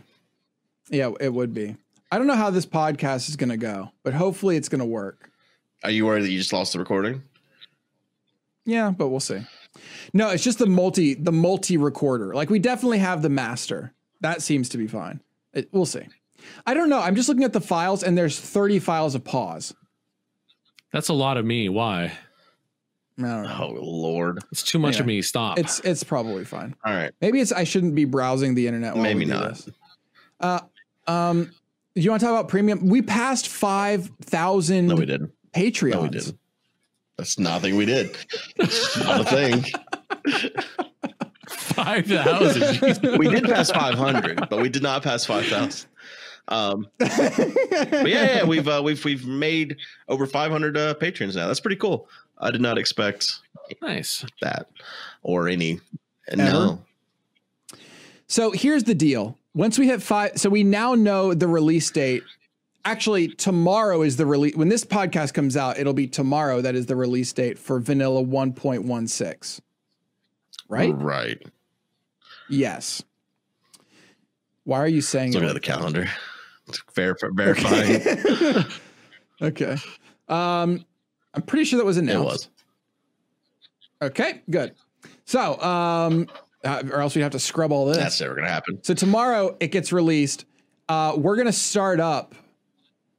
Yeah, it would be. I don't know how this podcast is going to go, but hopefully it's going to work. Are you worried that you just lost the recording? Yeah, but we'll see. No, it's just the multi the multi recorder. Like we definitely have the master. That seems to be fine. It, we'll see. I don't know. I'm just looking at the files and there's 30 files of pause. That's a lot of me. Why? I (sighs) don't know. Oh Lord! It's too much Yeah. of me. Stop. It's it's probably fine. All right, Maybe it's I shouldn't be browsing the internet. While Maybe we do not. this. Uh, um, you want to talk about premium? We passed five thousand no, we didn't. Patreons. No, we didn't. (laughs) That's nothing we did. It's not a (laughs) thing. (laughs) (laughs) five thousand. Jeez. We did pass 500, but we did not pass 5,000. Um, but yeah, yeah, we've uh, we've we've made over 500 uh, patrons now. That's pretty cool. I did not expect nice. that or any. No, So here's the deal. Once we hit five, so we now know the release date. Actually, tomorrow is the release. When this podcast comes out, it'll be tomorrow. That is the release date for Vanilla 1.16. Right? Right. Yes. Why are you saying Let's look it at the like calendar. It's ver- verifying. that? (laughs) okay. Um, I'm pretty sure that was announced. was. Okay, good. So, um, uh, or else we'd have to scrub all this. That's never gonna happen. So tomorrow it gets released. Uh, we're gonna start up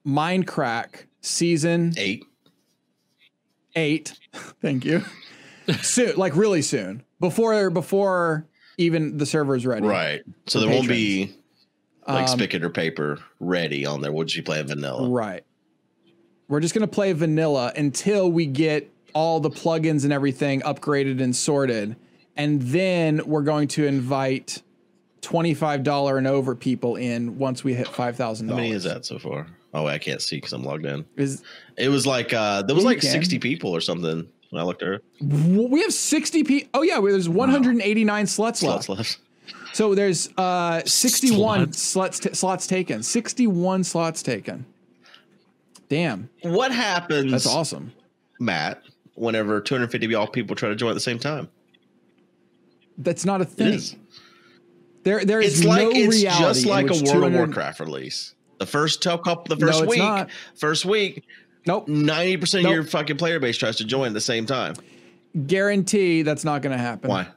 Mindcrack season Eight. eight. (laughs) Thank you. soon, like really soon, before before even the server's ready. Right. So For there won't be like Um, spigot or paper ready on there. We'll just be playing vanilla. Right. We're just gonna play vanilla until we get all the plugins and everything upgraded and sorted, and then we're going to invite twenty-five dollar and over people in once we hit five thousand How many dollars. is that so far? Oh, wait, I can't see because I'm logged in. Is It was like uh there was Yeah, you like can. 60 people or something when I looked at W- We have 60 p. Oh yeah, well, there's 189 slots slots left. left. So there's uh 61 slots t- slots taken. 61 slots taken. Damn, What happens, that's awesome. Matt, whenever 250 all people try to join at the same time? That's not a It thing. is. There there is It's like no it's reality just in like a which World of 200 Warcraft release. The first tou- couple, the first it's week, not. first week, Nope, ninety percent of Nope. your fucking player base tries to join at the same time. guarantee that's not going to happen. Why?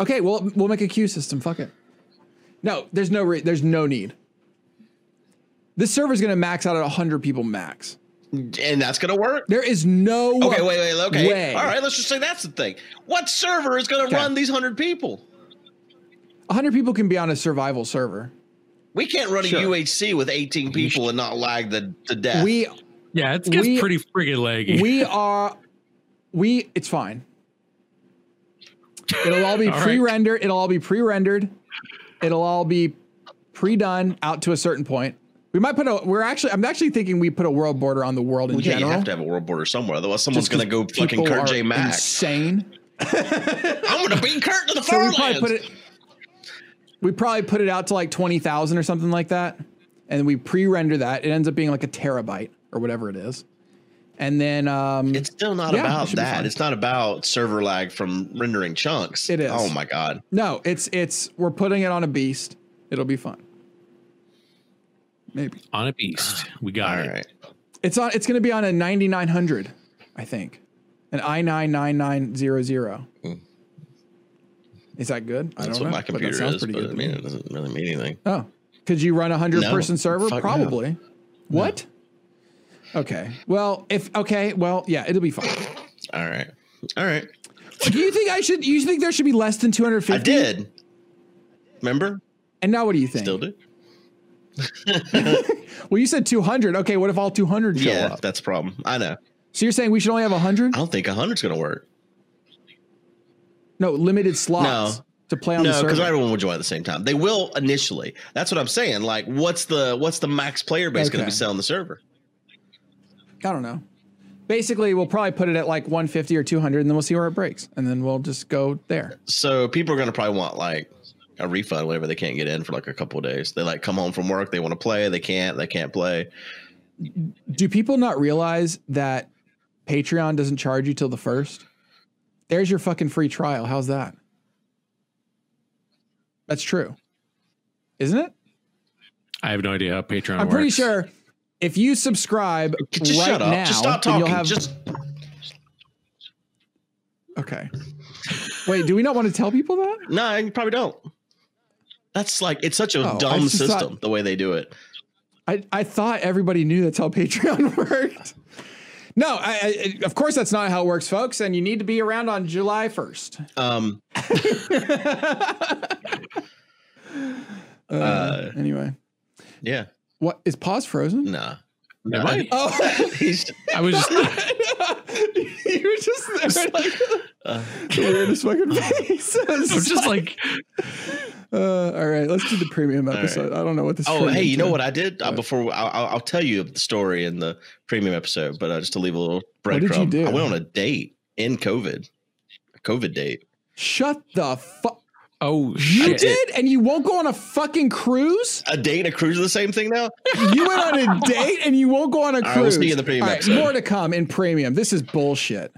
Okay, well we'll make a queue system. Fuck it. No, there's no re- there's no need. This server's going to max out at 100 people max. And that's gonna work. There is no Okay, wait, wait, okay. way. All right, let's just say that's the thing. What server is gonna Okay. run these hundred people? 100 people can be on a survival server. We can't run Sure. a UHC with eighteen people and not lag the to death. We Yeah, it gets We- pretty friggin' laggy. we are we it's fine. It'll all be All right. pre-rendered, it'll all be pre-rendered. It'll all be pre-done out to a certain point. We might put a we're actually I'm actually thinking we put a world border on the world in Well, yeah, you general. have to have a world border somewhere, otherwise someone's just 'cause gonna go fucking people Kurt are J. Max. Insane. I'm gonna beat Kurt to the (laughs) So far we probably put it we probably put it out to like 20,000 or something like that. And we pre-render that. It ends up being like a terabyte or whatever it is. And then um It's still not Yeah, it about should be fine. that. It's not about server lag from rendering chunks. It is. Oh my god. No, it's it's we're putting it on a beast. It'll be fun. Maybe on a beast. We got All it. right. it's on. It's going to be on a ninety nine hundred, I think, an i nine nine nine zero zero. Is that good? I Hmm. That's don't what know. my but that computer sounds is, pretty but I good to mean me. it doesn't really mean anything. Oh, could you run a hundred No, person server? fuck no. Probably. What? Okay. Well, if okay, well, yeah, it'll be fine. All right. All right. Do you think I should? You think there should be less than two hundred I fifty? did. Remember? And now, what do you think? Still do? Well, you said two hundred. Okay, what if all two hundred show Yeah, up? that's a problem. I know. So you're saying we should only have 100? I don't think 100's going to work. No, limited slots No. to play on the No, because server. everyone will join at the same time. They will initially. That's what I'm saying. Like, what's the what's the max player base going to Okay. be selling the server? I don't know. Basically, we'll probably put it at like 150 or 200, and then we'll see where it breaks, and then we'll just go there. So people are going to probably want like a refund whenever they can't get in for like a couple of days. They like come home from work, they want to play, they can't, they can't play. Do people not realize that Patreon doesn't charge you till the first. There's your fucking free trial. How's that? That's true, isn't it? I have no idea how Patreon. I'm pretty works. sure if you subscribe Just right shut up. now, Just stop then talking. You'll have, Just okay. Wait, do we not want to tell people that? no, you probably don't. That's like it's such a Oh, I dumb just thought- system the way they do it. I, I thought everybody knew that's how (laughs) Patreon worked. No, I, I, of course that's not how it works, folks. And you need to be around on (laughs) July 1st. Um, Uh, Uh, Mm. anyway, yeah, what is pause frozen? nah. (laughs) (laughs) Am I? Oh, He's- I was just (laughs) (laughs) you were just there, like uh, (laughs) the weirdest (laughs) fucking face. I'm just like uh, all right, let's do the premium right. episode. I don't know what this. oh, turned hey, you know into. what I did uh, before? I'll, I'll- I'll tell you the story in the premium episode, but uh, just to leave a little What did you breadcrumb. do? I went on a date in COVID, a COVID date. Shut the fuck. oh You shit. did, and you won't go on a fucking cruise. A date, and a cruise, are the same thing now. You went on a date, and you won't go on a right, cruise. we'll see you in the premium episode. more to come in premium. This is bullshit.